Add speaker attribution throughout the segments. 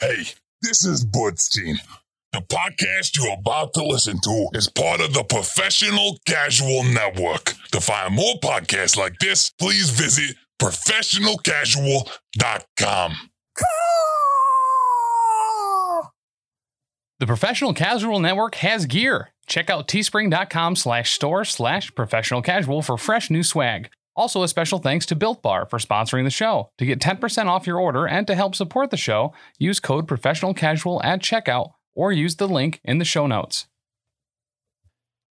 Speaker 1: Hey, this is Budstein. The podcast you're about to listen to is part of the Professional Casual Network. To find more podcasts like this, please visit professionalcasual.com.
Speaker 2: The Professional Casual Network has gear. Check out teespring.com slash store slash professional casual for fresh new swag. Also, a special thanks to Built Bar for sponsoring the show. To get 10% off your order and to help support the show, use code professional casual at checkout or use the link in the show notes.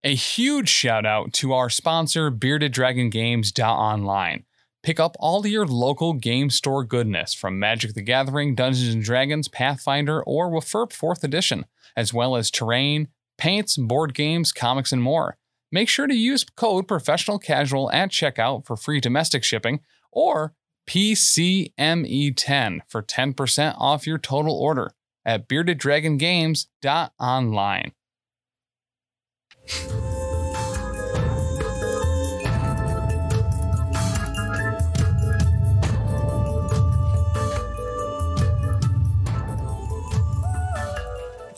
Speaker 2: A huge shout out to our sponsor, Bearded Dragon Games Online. Pick up all your local game store goodness from Magic the Gathering, Dungeons and Dragons, Pathfinder, or Wafurp 4th Edition, as well as terrain, paints, board games, comics, and more. Make sure to use code Professional Casual at checkout for free domestic shipping or PCME10 E for 10% off your total order at beardeddragongames.online.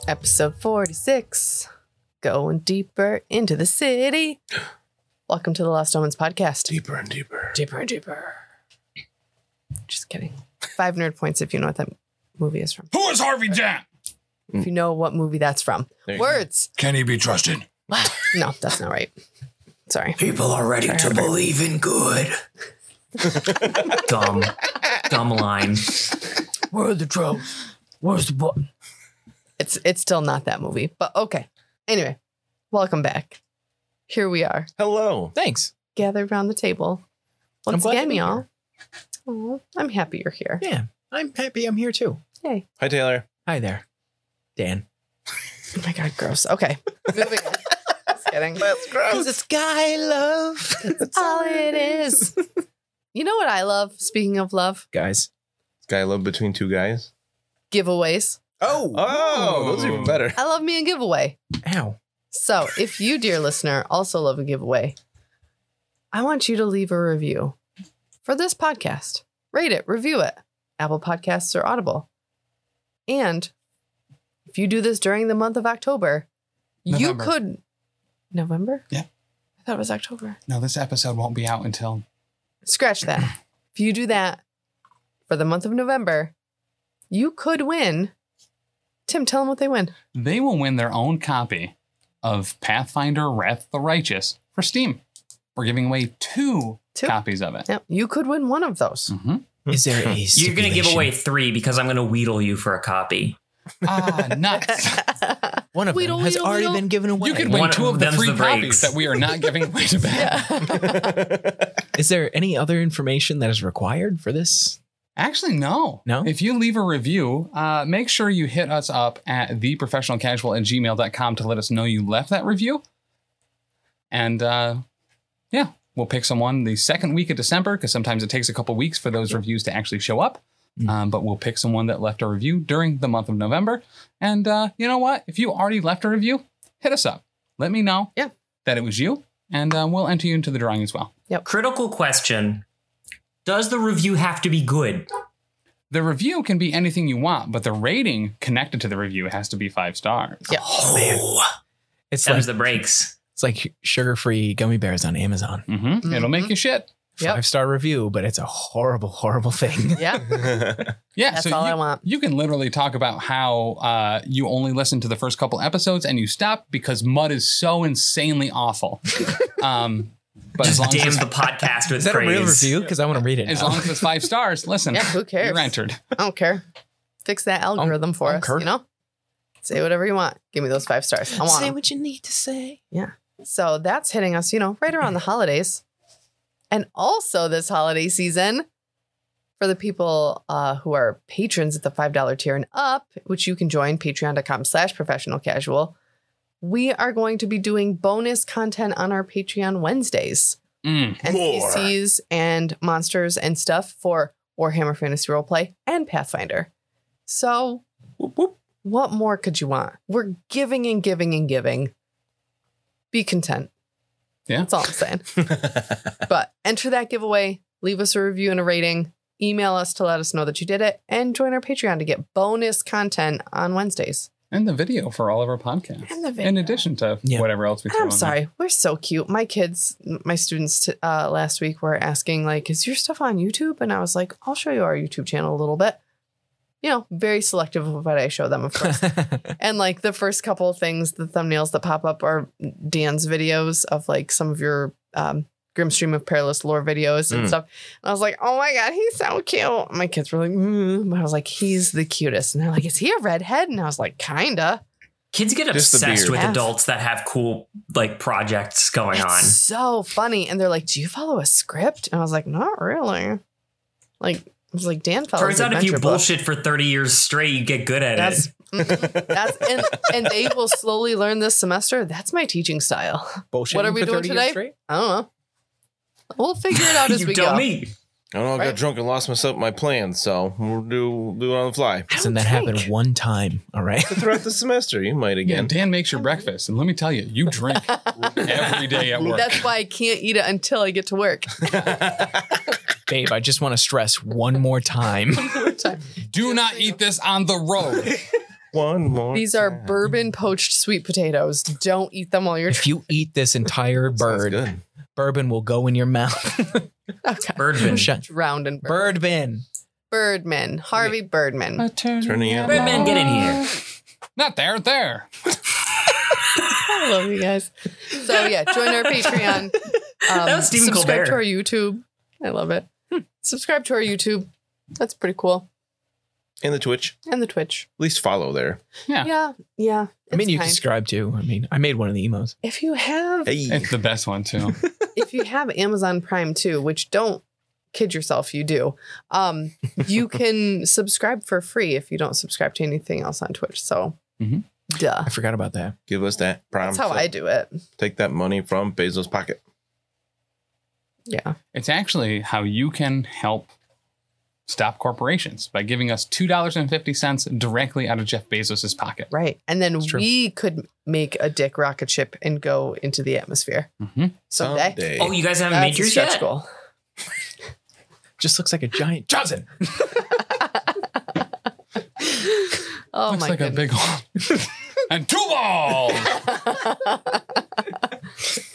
Speaker 3: episode 46 going deeper into the city welcome to the lost omens podcast
Speaker 4: Deeper and deeper.
Speaker 3: deeper and deeper just kidding five nerd points if you know what that movie is from
Speaker 5: Who is Harvey Dent?
Speaker 3: if you know what movie that's from
Speaker 4: There you go.
Speaker 3: words
Speaker 5: Can he be trusted?
Speaker 3: no that's not right sorry
Speaker 6: People are ready to believe in good. dumb, dumb line. Where are the drugs? Where's the book?
Speaker 3: it's it's still not that movie but okay anyway welcome back here we are
Speaker 4: Hello.
Speaker 7: Thanks.
Speaker 3: gathered around the table
Speaker 7: I'm
Speaker 3: once
Speaker 7: glad
Speaker 3: again
Speaker 7: to be
Speaker 3: y'all Aw, i'm happy you're here
Speaker 7: Yeah, I'm happy I'm here too.
Speaker 3: yay
Speaker 4: Hi, Taylor.
Speaker 7: Hi there, Dan.
Speaker 3: Oh my god, gross. Okay. Moving on. Just kidding. That's gross. It's
Speaker 7: sky love. That's
Speaker 3: all it is. You know what I love? Speaking of love,
Speaker 7: Guys.
Speaker 4: Guy love between two guys.
Speaker 3: giveaways.
Speaker 7: Oh.
Speaker 4: Oh, those are even better.
Speaker 3: I love me a giveaway.
Speaker 7: Ow.
Speaker 3: So if you, dear listener, also love a giveaway, I want you to leave a review for this podcast. Rate it, review it. Apple Podcasts or Audible. And if you do this during the month of October, you
Speaker 2: November.
Speaker 3: could November?
Speaker 2: Yeah.
Speaker 3: I thought it was October.
Speaker 2: No, this episode won't be out until
Speaker 3: scratch that. if you do that for the month of November, you could win. Tim, tell them what they win.
Speaker 2: they will win their own copy of Pathfinder Wrath of the Righteous for Steam. We're giving away two,
Speaker 3: Two.
Speaker 2: copies of it.
Speaker 3: Yep, you could win one of those.
Speaker 2: hmm
Speaker 7: Is there a
Speaker 6: You're gonna give
Speaker 7: stipulation?
Speaker 6: away three because I'm gonna wheedle you for a copy.
Speaker 2: Ah, nuts.
Speaker 7: one of
Speaker 3: Wheedle,
Speaker 7: them has
Speaker 3: wheedle,
Speaker 7: already
Speaker 3: wheedle.
Speaker 7: been given away.
Speaker 2: You could
Speaker 6: One
Speaker 2: win
Speaker 6: of
Speaker 2: two of the
Speaker 6: them's
Speaker 2: three
Speaker 6: the
Speaker 2: copies
Speaker 6: breaks.
Speaker 2: that we are not giving away to Ben.
Speaker 3: yeah.
Speaker 7: Is there any other information that is required for this?
Speaker 2: Actually, no.
Speaker 7: No?
Speaker 2: If you leave a review, uh, make sure you hit us up at theprofessionalcasual at gmail.com to let us know you left that review. And uh, yeah, we'll pick someone the second week of December because sometimes it takes a couple weeks for those reviews to actually show up.
Speaker 7: Mm.
Speaker 2: Um, but we'll pick someone that left a review during the month of November. And uh, you know what? If you already left a review, hit us up. Let me know
Speaker 3: Yeah.
Speaker 2: that it was you, and uh, we'll enter you into the drawing as well.
Speaker 6: Critical question. Does the review have to be good?
Speaker 2: The review can be anything you want, but the rating connected to the review has to be five stars.
Speaker 6: Oh,
Speaker 7: It's
Speaker 6: that
Speaker 7: like
Speaker 6: was the breaks.
Speaker 7: it's like sugar-free gummy bears on Amazon.
Speaker 2: hmm It'll make
Speaker 3: Mm-hmm.
Speaker 2: you shit.
Speaker 3: Yep.
Speaker 7: Five-star review, but it's a horrible, horrible thing.
Speaker 3: yeah,
Speaker 2: Yeah.
Speaker 3: that's
Speaker 2: so
Speaker 3: all
Speaker 2: you,
Speaker 3: I want.
Speaker 2: you can literally talk about how uh, you only listen to the first couple episodes and you stop because mud is so insanely awful. um, but as long as,
Speaker 6: Damn
Speaker 2: it's,
Speaker 6: the podcast with
Speaker 7: Is that
Speaker 6: praise.
Speaker 7: a real review? Because I want to read it.
Speaker 2: as
Speaker 7: now.
Speaker 2: long as it's five stars, listen.
Speaker 3: Yeah, who cares?
Speaker 2: You're entered.
Speaker 3: I don't care. Fix that algorithm for
Speaker 7: don't
Speaker 3: us.
Speaker 7: care.
Speaker 3: You know, say whatever you want. Give me those five stars. I want
Speaker 7: say
Speaker 3: 'em.
Speaker 7: what you need to say.
Speaker 3: So that's hitting us, you know, right around the holidays. And also this holiday season, for the people uh, who are patrons at the $5 tier and up, which you can join patreon.com slash professional casual, we are going to be doing bonus content on our Patreon Wednesdays.
Speaker 5: More.
Speaker 2: Mm.
Speaker 3: NPCs and monsters and stuff for Warhammer Fantasy Roleplay and Pathfinder. So, what more could you want? We're giving and giving and giving. Be content.
Speaker 2: Yeah.
Speaker 3: That's all I'm saying. but enter that giveaway, leave us a review and a rating, email us to let us know that you did it, and join our Patreon to get bonus content on Wednesdays.
Speaker 2: And the video for all of our podcasts.
Speaker 3: And the
Speaker 2: In
Speaker 3: video.
Speaker 2: addition to
Speaker 7: Yeah.
Speaker 2: whatever else we
Speaker 3: And
Speaker 2: throw
Speaker 3: I'm
Speaker 2: in
Speaker 3: sorry, we're so cute. My kids, my students t- uh, last week were asking, like, is your stuff on YouTube? And I was like, I'll show you our YouTube channel a little bit. You know, very selective of what I show them, of course. and like the first couple of things, the thumbnails that pop up are Dan's videos of like some of your um, Grimstream of Perilous lore videos and
Speaker 4: Mm.
Speaker 3: stuff. And I was like, oh my God, he's so cute. My kids were like, mm. but I was like, he's the cutest. And they're like, is he a redhead? And I was like, kinda.
Speaker 6: Kids get
Speaker 4: Just the
Speaker 6: obsessed
Speaker 4: beard.
Speaker 6: with
Speaker 3: Yeah.
Speaker 6: adults that have cool like projects going on.
Speaker 3: It's so funny. And they're like, Do you follow a script? And I was like, Not really. Like, I was like, Dan follows
Speaker 6: Turns out if you
Speaker 3: adventure books.
Speaker 6: bullshit for 30 years straight, you get good at
Speaker 3: That's,
Speaker 6: it.
Speaker 3: mm-mm, that's and, and they will slowly learn this semester. That's my teaching style.
Speaker 7: Bullshit
Speaker 3: What are we
Speaker 7: for
Speaker 3: doing
Speaker 7: 30 years
Speaker 3: today?
Speaker 7: straight?
Speaker 3: I don't know. We'll figure it out as
Speaker 6: you
Speaker 3: we
Speaker 6: tell
Speaker 3: go.
Speaker 6: me.
Speaker 4: I don't know. I
Speaker 3: Right.
Speaker 4: got drunk and lost myself my plans, so we'll do do it on the fly.
Speaker 3: I don't
Speaker 7: Listen, that happened
Speaker 3: drink.
Speaker 7: one time. All right.
Speaker 4: But throughout the semester, you might
Speaker 2: Yeah,
Speaker 4: again.
Speaker 2: Dan makes your breakfast. And let me tell you, you drink every day at work.
Speaker 3: That's why I can't eat it until I get to work.
Speaker 7: Babe, I just want to stress one more time.
Speaker 2: Do not eat this on the road.
Speaker 4: One more.
Speaker 3: These are
Speaker 4: time.
Speaker 3: bourbon poached sweet potatoes. Don't eat them while you're.
Speaker 7: If you eat this entire
Speaker 4: Sounds
Speaker 7: bird,
Speaker 4: good.
Speaker 7: bourbon will go in your mouth.
Speaker 3: Okay.
Speaker 6: Birdman.
Speaker 7: Shut.
Speaker 3: Drowned in bird.
Speaker 7: Birdman.
Speaker 3: Birdman. Harvey Birdman.
Speaker 4: Turning out.
Speaker 6: Birdman, get in here.
Speaker 2: Not there, there.
Speaker 3: I love you guys. So yeah, join our Patreon. Um,
Speaker 6: That was Stephen
Speaker 3: subscribe
Speaker 6: Colbert.
Speaker 3: to our YouTube. I love it. Subscribe to our YouTube. That's pretty cool.
Speaker 4: And the Twitch.
Speaker 3: And the Twitch.
Speaker 4: At least follow there.
Speaker 2: Yeah.
Speaker 3: Yeah, yeah.
Speaker 7: I mean,
Speaker 3: it's
Speaker 7: you
Speaker 3: kind.
Speaker 7: can subscribe too. I mean, I made one of the emos.
Speaker 3: if you have
Speaker 4: Hey.
Speaker 2: It's the best one, too.
Speaker 3: if you have Amazon Prime too, which don't kid yourself, you do. Um, you can subscribe for free if you don't subscribe to anything else on Twitch. So,
Speaker 2: Mhm.
Speaker 3: duh.
Speaker 7: I forgot about that.
Speaker 4: Give us that prime.
Speaker 3: That's how I do it.
Speaker 4: Take that money from Bezos' pocket.
Speaker 3: Yeah.
Speaker 2: It's actually how you can help stop corporations by giving us $2.50 directly out of Jeff Bezos' pocket.
Speaker 3: Right. And then
Speaker 7: true.
Speaker 3: we could make a dick rocket ship and go into the atmosphere
Speaker 2: Mm-hmm.
Speaker 3: someday.
Speaker 6: Oh, you guys haven't
Speaker 3: That's
Speaker 6: made
Speaker 3: a
Speaker 6: yours
Speaker 3: stretch
Speaker 6: yet?
Speaker 3: goal.
Speaker 7: Just looks like a giant Johnson.
Speaker 3: Oh
Speaker 2: Looks
Speaker 3: my
Speaker 2: like a
Speaker 3: goodness.
Speaker 2: big one. and two balls.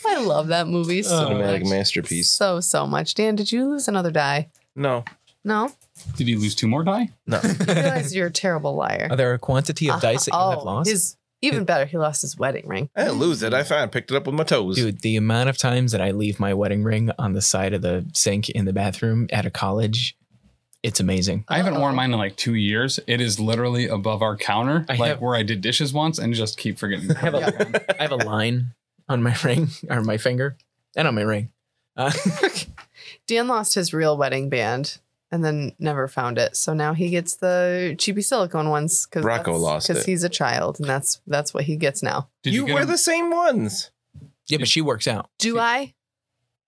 Speaker 3: I love that movie so
Speaker 4: Cinematic
Speaker 3: much.
Speaker 4: masterpiece.
Speaker 3: So so much. Dan, did you lose another die?
Speaker 4: No.
Speaker 3: No.
Speaker 2: Did you lose two more die?
Speaker 4: No.
Speaker 3: You realize you're a terrible liar.
Speaker 7: Are there a quantity of dice that you have
Speaker 3: Oh,
Speaker 7: lost?
Speaker 3: His, even better, he lost his wedding ring.
Speaker 4: I didn't lose it. I found picked it up with my toes.
Speaker 7: Dude, the amount of times that I leave my wedding ring on the side of the sink in the bathroom at a college, it's amazing.
Speaker 2: I haven't
Speaker 3: Uh-oh.
Speaker 2: worn mine in like two years. It is literally above our counter,
Speaker 7: I
Speaker 2: like
Speaker 7: have-
Speaker 2: where I did dishes once and just keep forgetting.
Speaker 7: I have a, I have a line on my ring or my finger and on my ring. Uh,
Speaker 3: Dan lost his real wedding band and then never found it. So now he gets the cheapy silicone ones because
Speaker 4: Rocco lost
Speaker 3: because
Speaker 4: it.
Speaker 3: he's a child and that's that's what he gets now.
Speaker 2: Did
Speaker 4: you,
Speaker 2: you, get
Speaker 4: wear
Speaker 2: them-
Speaker 4: the same ones.
Speaker 7: yeah, but she works out.
Speaker 3: Do I?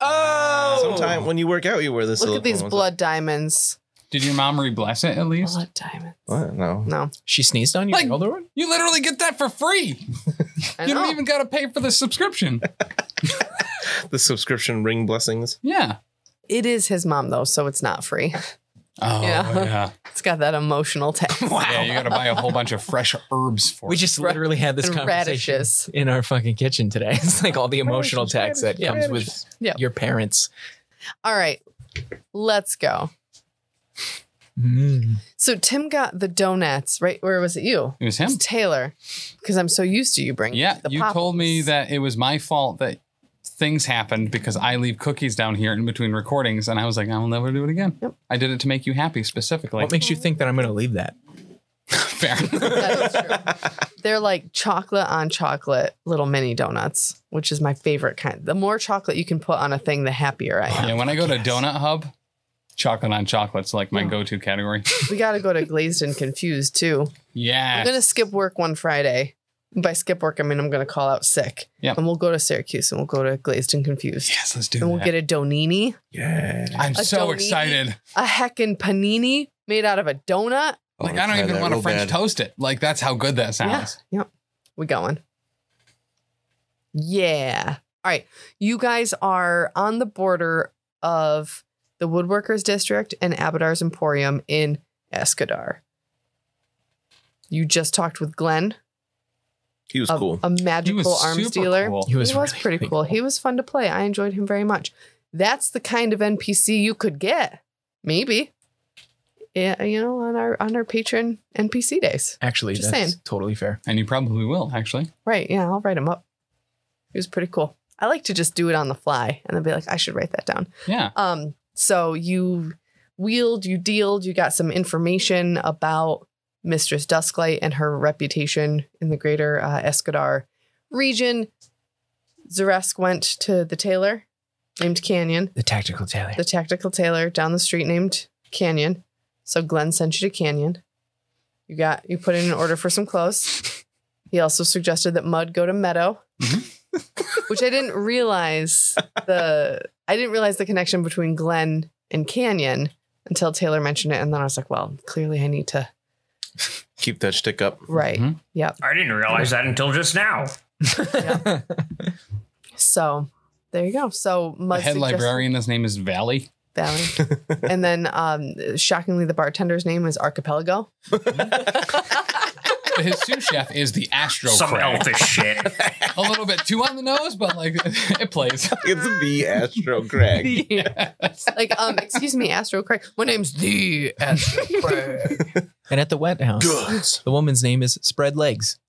Speaker 4: Oh. Sometime when you work out, you wear this.
Speaker 3: Look at these blood diamonds.
Speaker 2: Did your mom re-bless it at least?
Speaker 3: Blood diamonds.
Speaker 4: What? No.
Speaker 3: No.
Speaker 7: She sneezed on you,
Speaker 2: Like-
Speaker 7: the older one?
Speaker 2: You literally get that for free.
Speaker 3: I
Speaker 2: You don't
Speaker 3: know.
Speaker 2: even got to pay for the subscription.
Speaker 4: The subscription ring blessings.
Speaker 2: Yeah.
Speaker 3: It is his mom though, so it's not free.
Speaker 2: Oh
Speaker 3: Yeah.
Speaker 2: yeah.
Speaker 3: It's got that emotional tax.
Speaker 2: Yeah, you got to buy a whole bunch of fresh herbs for
Speaker 7: We
Speaker 2: it.
Speaker 7: just literally had this
Speaker 3: and
Speaker 7: conversation
Speaker 3: radishes.
Speaker 7: in our fucking kitchen today. It's like all the emotional tax that comes with
Speaker 3: Yeah.
Speaker 7: your parents.
Speaker 3: All right. Let's go.
Speaker 7: Mm.
Speaker 3: So Tim got the donuts, right? Where was it you?
Speaker 2: It was
Speaker 3: It
Speaker 2: him.
Speaker 3: was Taylor. Because I'm so used to you bringing
Speaker 2: Yeah,
Speaker 3: the
Speaker 2: you
Speaker 3: pop-
Speaker 2: told me that it was my fault that things happened because I leave cookies down here in between recordings, and I was like, I'll never do it again.
Speaker 3: Yep.
Speaker 2: I did it to make you happy specifically.
Speaker 7: What makes you think that I'm going to leave that?
Speaker 2: Fair.
Speaker 3: That is true. They're like chocolate on chocolate little mini donuts, which is my favorite kind. The more chocolate you can put on a thing, the happier I am.
Speaker 2: yeah, when I go to Donut Hub, chocolate on chocolate's like my go-to category.
Speaker 3: We got to go to Glazed and Confused too.
Speaker 2: Yeah.
Speaker 3: I'm going to skip work one Friday. By skip work, I mean I'm going to call out sick.
Speaker 2: Yep.
Speaker 3: And we'll go to Syracuse and we'll go to Glazed and Confused.
Speaker 2: yes, let's do
Speaker 3: And we'll
Speaker 2: that.
Speaker 3: get a Donini,
Speaker 4: Yeah.
Speaker 2: I'm
Speaker 3: a
Speaker 2: so
Speaker 3: donut.
Speaker 2: excited.
Speaker 3: a heckin' panini made out of a donut.
Speaker 4: Oh,
Speaker 2: Like I don't even want to French toast it. Like that's how good that sounds.
Speaker 3: Yeah. Yep. We going. Yeah. All right. You guys are on the border of the Woodworkers District, and Abadar's Emporium in Escadar. You just talked with Glenn,
Speaker 4: He was
Speaker 3: a,
Speaker 4: cool.
Speaker 3: a
Speaker 8: He
Speaker 3: magical
Speaker 8: was
Speaker 3: arms
Speaker 8: super
Speaker 3: dealer.
Speaker 8: cool.
Speaker 7: He was,
Speaker 3: He was
Speaker 7: really
Speaker 3: pretty cool. He was fun to play. I enjoyed him very much. That's the kind of NPC you could get, maybe. Yeah, you know, on our on our patron NPC days.
Speaker 7: Actually,
Speaker 3: Just
Speaker 7: that's
Speaker 3: saying.
Speaker 7: totally fair.
Speaker 8: And you probably will, actually.
Speaker 3: Right. Yeah, I'll write him up. He was pretty cool. I like to just do it on the fly and then be like, I should write that down.
Speaker 8: Yeah.
Speaker 3: Um, so you wheeled, you dealed, you got some information about Mistress Dusklight and her reputation in the greater uh, Escadar region. Zeresk went to the tailor named Canyon,
Speaker 7: The tactical tailor.
Speaker 3: the tactical tailor down the street named Canyon. So Glenn sent you to Canyon. You got you put in an order for some clothes. He also suggested that Mud go to Meadow,
Speaker 8: Mm-hmm.
Speaker 3: which I didn't realize the I didn't realize the connection between Glenn and Canyon until Taylor mentioned it, and then I was like, well, clearly I need to
Speaker 4: Keep that shtick up.
Speaker 3: right.
Speaker 8: Mhm.
Speaker 3: Yep.
Speaker 6: I didn't realize that until just now.
Speaker 3: So there you go. So
Speaker 8: The
Speaker 3: Mud
Speaker 8: head
Speaker 3: suggested-
Speaker 8: librarian, his name is Valley.
Speaker 3: Valley. and then um, shockingly, the bartender's name is Archipelago.
Speaker 8: His sous chef is the Astro
Speaker 6: Some
Speaker 8: Crab.
Speaker 6: elfish shit.
Speaker 8: A little bit too on the nose, but like it plays.
Speaker 4: It's the Astro Craig.
Speaker 3: Like, um, excuse me, Astro Craig. My name's the Astro Craig.
Speaker 7: and at the wet house,
Speaker 5: Goods.
Speaker 7: the woman's name is Spread Legs.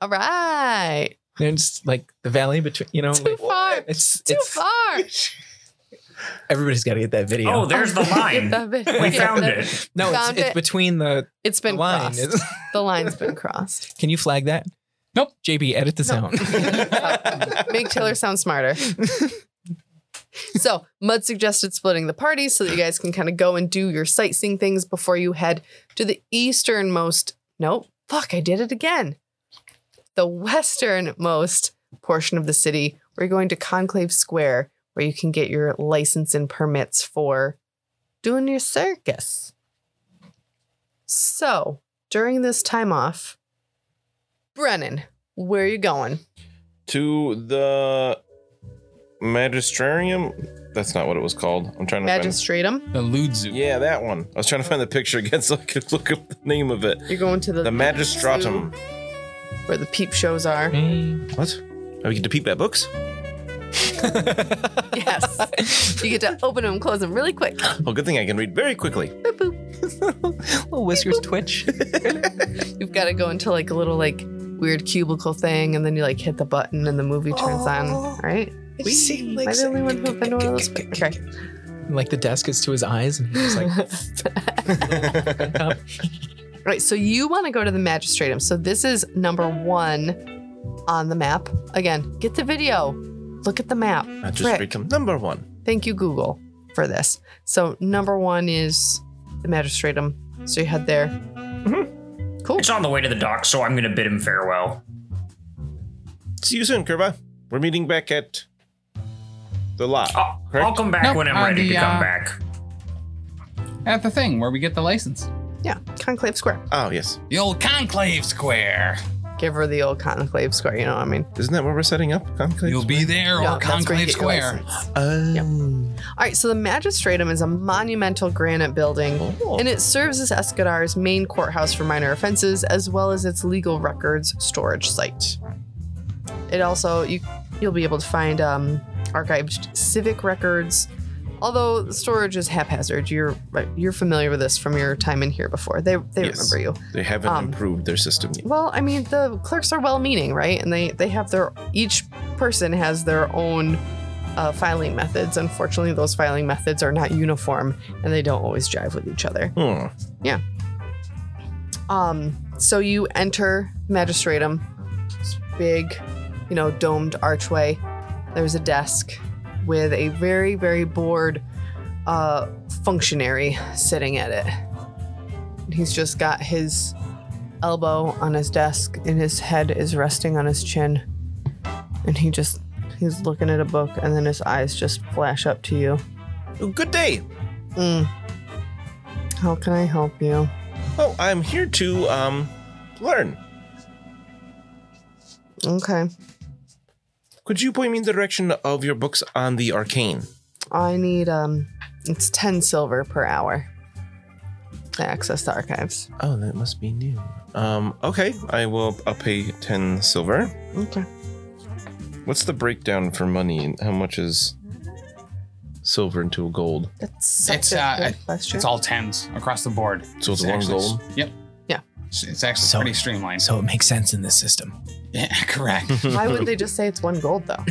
Speaker 3: All right.
Speaker 7: And it's like the valley between, you know,
Speaker 3: Too
Speaker 7: like,
Speaker 3: far.
Speaker 7: it's
Speaker 3: Too
Speaker 7: it's
Speaker 3: far.
Speaker 7: everybody's got to get that video.
Speaker 6: Oh, there's the line. We found
Speaker 3: Yeah.
Speaker 6: it.
Speaker 7: no, it's,
Speaker 3: found
Speaker 7: it's
Speaker 3: it.
Speaker 7: between the
Speaker 3: It's
Speaker 7: the
Speaker 3: been
Speaker 7: line.
Speaker 3: crossed. The line's been crossed.
Speaker 7: Can you flag that?
Speaker 8: Nope.
Speaker 7: JB, edit the
Speaker 3: No.
Speaker 7: sound.
Speaker 3: Make Taylor sound smarter. so, Mud suggested splitting the party so that you guys can kind of go and do your sightseeing things before you head to the easternmost. Nope. Fuck, I did it again. The westernmost portion of the city. We're going to Conclave Square where you can get your license and permits for doing your circus. So, during this time off, Brennan, where are you going?
Speaker 4: to the magistrarium. That's not what it was called. I'm trying to
Speaker 3: Magistratum.
Speaker 8: the Ludzu.
Speaker 4: find. Yeah, that one. I was trying to find the picture again so I could look up the name of it.
Speaker 3: You're going to the,
Speaker 4: The magistratum.
Speaker 3: zoo where the peep shows are.
Speaker 4: What? Oh, we get to peep at books?
Speaker 3: yes, you get to open them, close them really quick.
Speaker 4: Oh, good thing I can read very quickly.
Speaker 3: Boop, boop.
Speaker 7: Little whiskers twitch.
Speaker 3: You've got to go into like a little like weird cubicle thing, and then you like hit the button, and the movie turns on. All right.
Speaker 7: We see
Speaker 3: Am I the only one who opened one of those? Okay.
Speaker 7: like the desk is to his eyes, and he's like,
Speaker 3: Right. So you want to go to the magistratum. So this is number one on the map. Again, get the video. Look at the map.
Speaker 4: I just
Speaker 3: Frick.
Speaker 4: read them. Number one.
Speaker 3: Thank you, Google, for this. So number one is the magistratum. So you head there. Cool.
Speaker 6: It's on the way to the dock, so I'm gonna bid him farewell.
Speaker 4: See you soon, Kerba. We're meeting back at the lot.
Speaker 6: I'll, I'll
Speaker 4: correct?
Speaker 6: come back
Speaker 8: Nope,
Speaker 6: when I'm
Speaker 8: on
Speaker 6: ready
Speaker 8: the,
Speaker 6: to come
Speaker 8: uh,
Speaker 6: back.
Speaker 8: At the thing where we get the license.
Speaker 3: Yeah, Conclave Square.
Speaker 4: Oh, yes.
Speaker 8: The old Conclave Square.
Speaker 3: Give her the old Conclave Square. You know what I mean?
Speaker 4: Isn't that where we're setting up? Conclave?
Speaker 8: You'll be there
Speaker 3: Yeah,
Speaker 8: or
Speaker 3: that's where
Speaker 8: Conclave
Speaker 3: you get your
Speaker 8: Square.
Speaker 3: license.
Speaker 4: Oh.
Speaker 3: All right, so the magistratum is a monumental granite building,
Speaker 4: Cool.
Speaker 3: and it serves as Escadar's main courthouse for minor offenses, as well as its legal records storage site. It also you you'll be able to find um, archived civic records. Although the storage is haphazard, you're you're familiar with this from your time in here before. They they
Speaker 4: Yes.
Speaker 3: remember you.
Speaker 4: They haven't
Speaker 3: Um,
Speaker 4: improved their system yet.
Speaker 3: Well, I mean, the clerks are well-meaning, right? And they they have their each person has their own uh, filing methods. Unfortunately, those filing methods are not uniform, and they don't always jive with each other.
Speaker 4: Hmm.
Speaker 3: Um, so you enter Magistratum, this big, you know, domed archway. There's a desk with a very, very bored uh, functionary sitting at it. And He's just got his elbow on his desk and his head is resting on his chin. And he just, he's looking at a book and then his eyes just flash up to you.
Speaker 4: Oh, Good day.
Speaker 3: Mm. How can I help you?
Speaker 4: Oh, I'm here to um learn.
Speaker 3: Okay.
Speaker 4: Could you point me in the direction of your books on the arcane?
Speaker 3: I need um, it's ten silver per hour. To access the archives.
Speaker 4: Oh, that must be new. Um, okay, I will. I'll pay ten silver.
Speaker 3: Okay.
Speaker 4: What's the breakdown for money and how much is silver into a gold?
Speaker 3: That's such
Speaker 8: It's,
Speaker 3: a
Speaker 8: uh,
Speaker 3: good
Speaker 8: I-
Speaker 3: question.
Speaker 8: It's all tens across the board.
Speaker 4: So it's one
Speaker 8: actually-
Speaker 4: gold?
Speaker 8: Yep.
Speaker 3: Yeah.
Speaker 8: It's, it's actually
Speaker 7: So-
Speaker 8: pretty streamlined.
Speaker 7: So it makes sense in this system.
Speaker 8: yeah, correct.
Speaker 3: Why would they just say it's one gold though?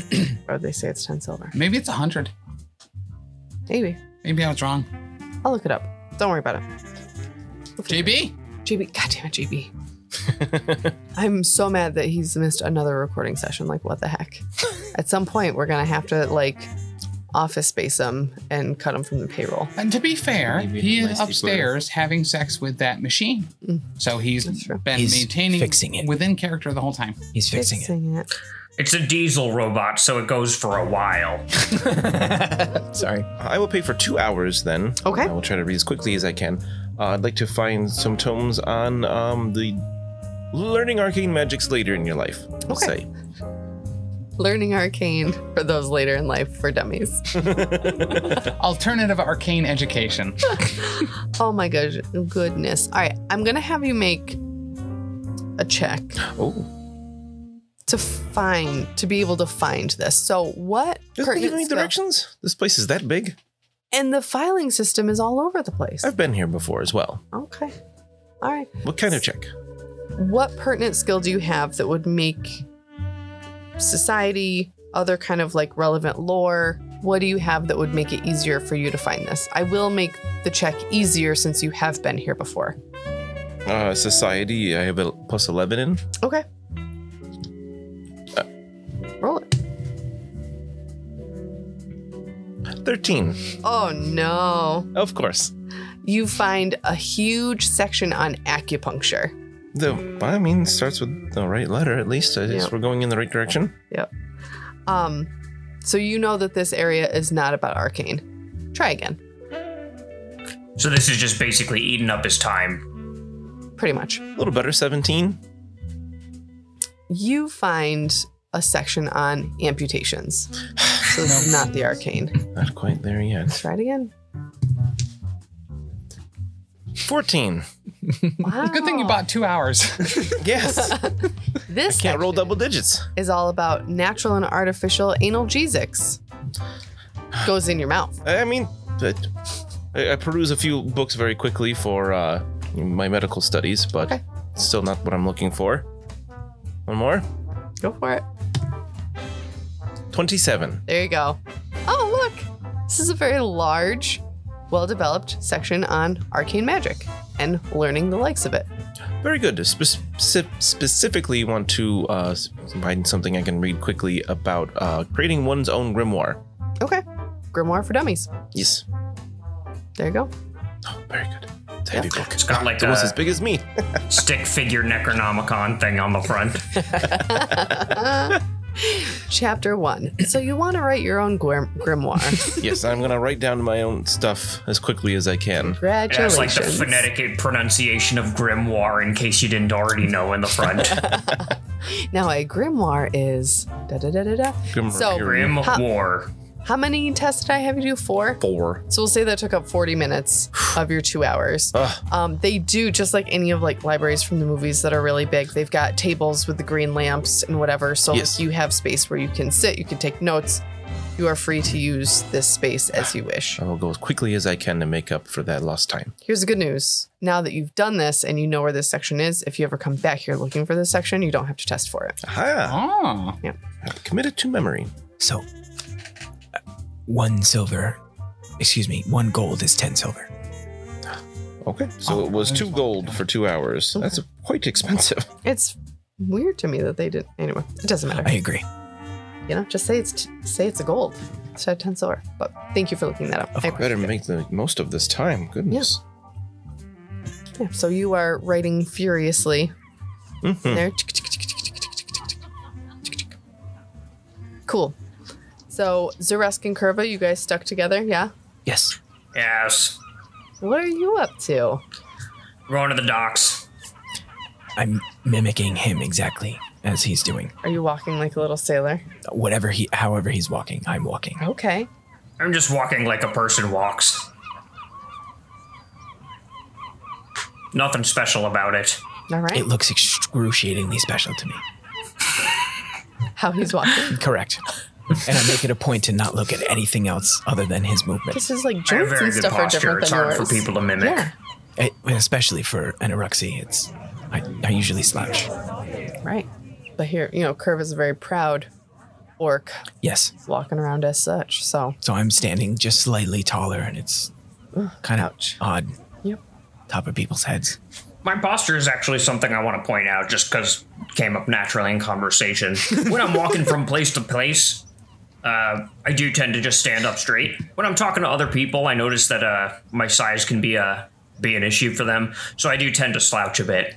Speaker 3: or they say it's ten silver?
Speaker 8: Maybe it's a hundred.
Speaker 3: Maybe.
Speaker 8: Maybe I was wrong.
Speaker 3: I'll look it up. Don't worry about it.
Speaker 8: JB,
Speaker 3: JB, goddamn it, JB. I'm so mad that he's missed another recording session. Like, what the heck? At some point, we're gonna have to like office space him and cut him from the payroll.
Speaker 8: and to be fair,
Speaker 7: Maybe
Speaker 8: he
Speaker 7: it'll
Speaker 8: is
Speaker 7: nicely blur.
Speaker 8: upstairs having sex with that machine.
Speaker 3: Mm.
Speaker 8: So he's
Speaker 3: That's true.
Speaker 8: been
Speaker 7: He's
Speaker 8: maintaining
Speaker 7: fixing it.
Speaker 8: within character the whole time.
Speaker 7: He's fixing it.
Speaker 3: Fixing it.
Speaker 6: It's a diesel robot, so it goes for a while.
Speaker 7: Sorry.
Speaker 4: I will pay for two hours then.
Speaker 3: Okay.
Speaker 4: I will try to read as quickly as I can. Uh, I'd like to find some tomes on um, the learning arcane magics later in your life. we'll
Speaker 3: Okay.
Speaker 4: Say.
Speaker 3: Learning arcane for those later in life for dummies.
Speaker 8: Alternative arcane education.
Speaker 3: Oh my gosh, goodness. All right, I'm gonna have you make a check
Speaker 4: Oh,
Speaker 3: to find to be able to find this. So what?
Speaker 4: does it give
Speaker 3: pertinent
Speaker 4: any
Speaker 3: skill-
Speaker 4: directions? This place is that big.
Speaker 3: And the filing system is all over the place.
Speaker 4: I've been here before as well.
Speaker 3: Okay. All right.
Speaker 4: What kind of check?
Speaker 3: what pertinent skill do you have that would make society other kind of like relevant lore what do you have that would make it easier for you to find this i will make the check easier since you have been here before
Speaker 4: Uh, society. I have a plus eleven in.
Speaker 3: okay Uh. roll it
Speaker 4: Thirteen.
Speaker 3: oh no
Speaker 4: Of course.
Speaker 3: you find a huge section on acupuncture
Speaker 4: The I mean it starts with the right letter at least. I guess
Speaker 3: Yeah.
Speaker 4: we're going in the right direction.
Speaker 3: um so you know that this area is not about arcane try again
Speaker 6: So this is just basically eating up his time.
Speaker 3: pretty much
Speaker 4: A little better. Seventeen.
Speaker 3: you find a section on amputations. So this is not the arcane.
Speaker 4: Not quite there yet.
Speaker 3: Try it again.
Speaker 4: Fourteen.
Speaker 3: Wow.
Speaker 8: Good thing you bought two hours.
Speaker 4: Yes.
Speaker 3: this.
Speaker 4: Can't roll
Speaker 3: section
Speaker 4: double digits.
Speaker 3: Is all about natural and artificial analgesics. Goes in your mouth.
Speaker 4: I I mean, but I, I peruse a few books very quickly for uh, my medical studies, but
Speaker 3: Okay.
Speaker 4: still not what I'm looking for. One more.
Speaker 3: Go for it.
Speaker 4: 27.
Speaker 3: There you go. Oh look, this is a very large, well-developed section on arcane magic and learning the likes of it.
Speaker 4: Very good. Spe- spe- specifically, want to uh, s- find something I can read quickly about uh, creating one's own grimoire.
Speaker 3: Okay. Grimoire for dummies.
Speaker 4: Yes.
Speaker 3: There you go.
Speaker 4: Oh, very good. It's a heavy book.
Speaker 6: It's got like
Speaker 4: It's almost as
Speaker 6: a
Speaker 4: big as me.
Speaker 6: stick figure Necronomicon thing on the front.
Speaker 3: Chapter one. So you want to write your own grim- grimoire?
Speaker 4: yes, I'm going to write down my own stuff as quickly as I can.
Speaker 6: It has
Speaker 3: Congratulations.
Speaker 6: like the phonetic pronunciation of grimoire in case you didn't already know in the front.
Speaker 3: Now a grimoire is da da da da da.
Speaker 4: Grimoire.
Speaker 3: So-
Speaker 6: Grim
Speaker 3: Huh.
Speaker 6: War.
Speaker 3: How many tests did I have you do? Four.
Speaker 4: Four.
Speaker 3: So we'll say that took up 40 minutes of your two hours.
Speaker 4: Ugh.
Speaker 3: Um, they do just like any of like libraries from the movies that are really big. They've got tables with the green lamps and whatever. So like,
Speaker 4: Yes.
Speaker 3: you have space where you can sit, you can take notes. You are free to use this space as you wish.
Speaker 4: I will go as quickly as I can to make up for that lost time.
Speaker 3: Here's the good news. Now that you've done this and you know where this section is, if you ever come back here looking for this section, you don't have to test for it.
Speaker 4: Aha!
Speaker 8: oh.
Speaker 4: committed to memory.
Speaker 7: So, uh, one silver, excuse me, one gold is 10 silver.
Speaker 4: Okay. So it was two gold for two hours. That's quite expensive.
Speaker 3: It's weird to me that they didn't. Anyway, it doesn't matter.
Speaker 7: I agree.
Speaker 3: you know, just say it's say it's a gold instead of ten silver. But thank you for looking that up.
Speaker 7: Of
Speaker 3: I
Speaker 7: course.
Speaker 4: Better make the most of this time. Goodness.
Speaker 3: appreciate- yeah, so you are writing furiously
Speaker 6: Mm-hmm.
Speaker 4: Mhm.
Speaker 3: there. Cool. So Zaresk and Curva, you guys stuck together, yeah?
Speaker 7: Yes.
Speaker 6: Yes.
Speaker 3: What are you up to?
Speaker 6: We're going to the docks.
Speaker 7: I'm mimicking him exactly as he's doing.
Speaker 3: Are you walking like a little sailor?
Speaker 7: Whatever he, however he's walking, I'm walking.
Speaker 3: Okay.
Speaker 6: I'm just walking like a person walks. Nothing special about it.
Speaker 3: All right.
Speaker 7: It looks excruciatingly special to me.
Speaker 3: How he's walking.
Speaker 7: Correct. And I make it a point to not look at anything else other than his movement,
Speaker 3: This is like
Speaker 6: I have
Speaker 3: joints
Speaker 6: very
Speaker 3: and
Speaker 6: good
Speaker 3: stuff are
Speaker 6: posture.
Speaker 3: different
Speaker 6: It's
Speaker 3: than
Speaker 6: hard for
Speaker 3: yours.
Speaker 6: people to mimic.
Speaker 3: Yeah.
Speaker 7: I- especially for anorexia. It's I, I usually slouch.
Speaker 3: Right. But here, you know, Curve is a very proud orc
Speaker 7: Yes,
Speaker 3: walking around as such. So,
Speaker 7: so I'm standing just slightly taller, and it's kind of odd.
Speaker 3: yep.
Speaker 7: Top of people's heads.
Speaker 6: My posture is actually something I want to point out just because came up naturally in conversation. when I'm walking from place to place, uh, I do tend to just stand up straight. When I'm talking to other people, I notice that uh, my size can be a be an issue for them, so I do tend to slouch a bit.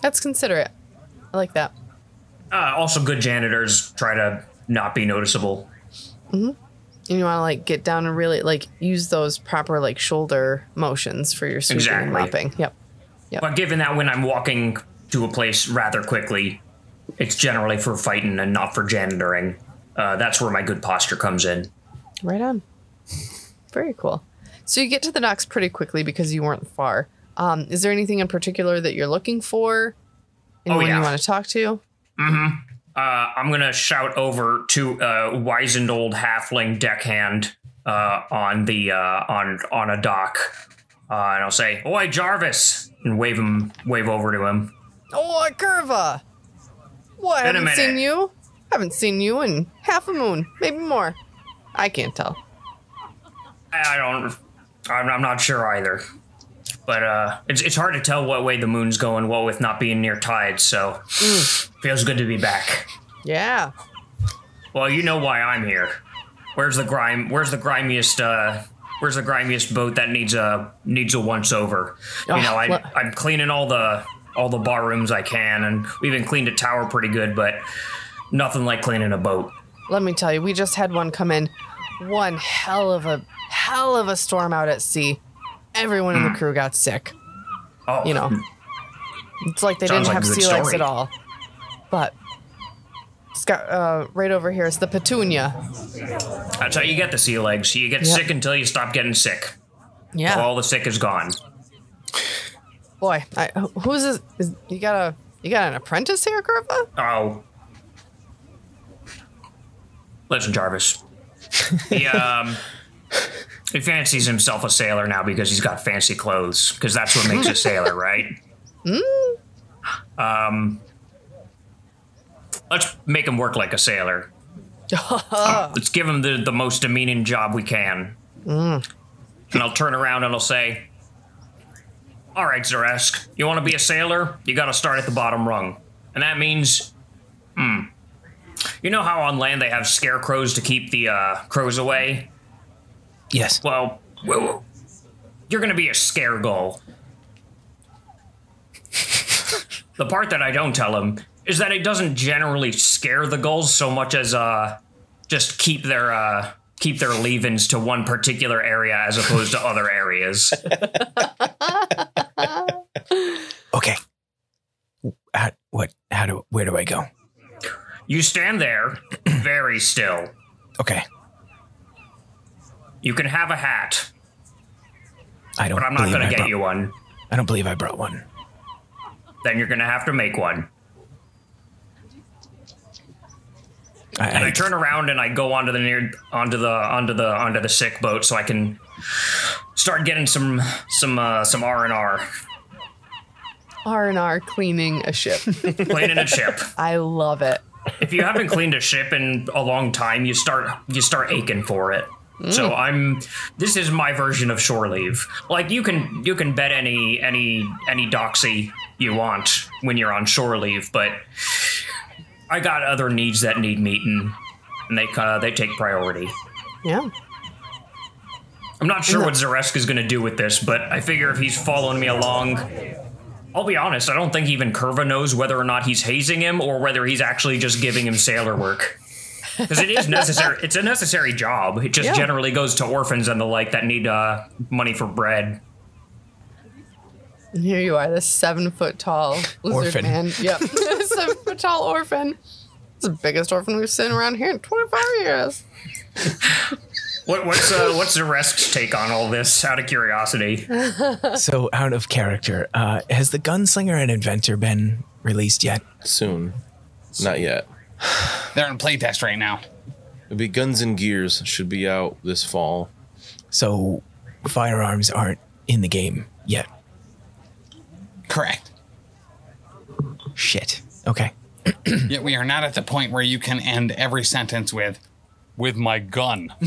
Speaker 3: That's considerate. I like that.
Speaker 6: Uh, also, good janitors try to not be noticeable.
Speaker 3: And you want to like get down and really like use those proper like shoulder motions for your sweeping and
Speaker 6: Exactly.
Speaker 3: mopping. Yep.
Speaker 6: But given that when I'm walking to a place rather quickly, it's generally for fighting and not for janitoring. Uh, that's where my good posture comes in.
Speaker 3: Right on. Very cool. So you get to the docks pretty quickly because you weren't far. Um, is there anything in particular that you're looking for? Anyone
Speaker 6: Oh, yeah.
Speaker 3: you want to talk to?
Speaker 6: Uh, I'm gonna shout over to a wizened old halfling deckhand uh, on the uh, on on a dock, uh, and I'll say, "Oi, Jarvis!" and wave him wave over to him.
Speaker 3: Oh, Curva! What? I
Speaker 6: Been a
Speaker 3: haven't seen
Speaker 6: minute.
Speaker 3: you. Haven't seen you in half a moon, maybe more. I can't tell.
Speaker 6: I I don't. I'm, I'm not sure either. But uh, it's it's hard to tell what way the moon's going, what with not being near tides. So feels good to be back.
Speaker 3: Yeah.
Speaker 6: Well, you know why I'm here. Where's the grime? Where's the grimiest? Uh, where's the grimiest boat that needs a needs a once over? You
Speaker 3: Oh,
Speaker 6: know, I,
Speaker 3: what-
Speaker 6: I'm cleaning all the all the bar rooms I can, and we even cleaned a tower pretty good, but nothing like cleaning a boat.
Speaker 3: Let me tell you, we just had one come in. One hell of a hell of a storm out at sea. Everyone in
Speaker 6: Hmm.
Speaker 3: the crew got sick.
Speaker 6: Oh,
Speaker 3: You know, it's like they
Speaker 6: Sounds
Speaker 3: didn't
Speaker 6: like
Speaker 3: have
Speaker 6: a good
Speaker 3: sea legs
Speaker 6: story.
Speaker 3: at all. But Scott, uh, right over here is the petunia.
Speaker 6: that's how you get the sea legs. You get
Speaker 3: Yeah.
Speaker 6: sick until you stop getting sick.
Speaker 3: Yeah.
Speaker 6: All the sick is gone.
Speaker 3: Boy, I, who's this? Is, you got a you got an apprentice here, Curva?
Speaker 6: Oh. Listen, Jarvis. He, um, he fancies himself a sailor now because he's got fancy clothes, because that's what makes a sailor, right? Um, let's make him work like a sailor. let's give him the, the most demeaning job we can. And I'll turn around and I'll say, all right, Zaresk, you want to be a sailor? You got to start at the bottom rung. And that means, hmm, you know how on land they have scarecrows to keep the uh, crows away?
Speaker 7: Yes.
Speaker 6: Well, w- w- you're going to be a scaregull. the part that I don't tell him is that it doesn't generally scare the gulls so much as uh, just keep their uh, keep their leavings to one particular area as opposed to other areas.
Speaker 7: Okay. How, what? How do? Where do I go?
Speaker 6: You stand there, very still.
Speaker 7: Okay.
Speaker 6: You can have a hat,
Speaker 7: I don't.
Speaker 6: but I'm not
Speaker 7: believe
Speaker 6: going
Speaker 7: I
Speaker 6: to get
Speaker 7: brought-
Speaker 6: you one.
Speaker 7: I don't believe I brought one.
Speaker 6: Then you're going to have to make one.
Speaker 7: I,
Speaker 6: And I turn around and I go onto the near onto the onto the onto the sick boat so I can start getting some some uh, some R and R
Speaker 3: R and R cleaning a ship.
Speaker 6: cleaning a ship.
Speaker 3: I love it.
Speaker 6: If you haven't cleaned a ship in a long time, you start you start aching for it. So I'm this is my version of shore leave. Like you can you can bet any any any doxy you want when you're on shore leave, but I got other needs that need meeting, and they uh, they take priority.
Speaker 3: Yeah.
Speaker 6: I'm not sure what Zaresk is going to do with this, but I figure if he's following me along, I'll be honest, I don't think even Curva knows whether or not he's hazing him or whether he's actually just giving him sailor work. Because it is necessary. It's a necessary job. It just
Speaker 3: Yeah.
Speaker 6: generally goes to orphans and the like that need uh, money for bread.
Speaker 3: And here you are, this seven foot tall lizard
Speaker 7: Orphan.
Speaker 3: man. Yep. seven foot tall orphan. It's the biggest orphan we've seen around here in 25 years.
Speaker 6: What, what's uh, what's Zaresk's take on all this? Out of curiosity,
Speaker 7: So, out of character, uh, has the gunslinger and inventor been released yet?
Speaker 4: Soon. Not yet.
Speaker 8: They're in playtest right now.
Speaker 4: It'd be Guns and Gears should be out this fall.
Speaker 7: So, firearms aren't in the game yet.
Speaker 8: Correct.
Speaker 7: Shit. Okay.
Speaker 8: Yet we are not at the point where you can end every sentence with, with my gun.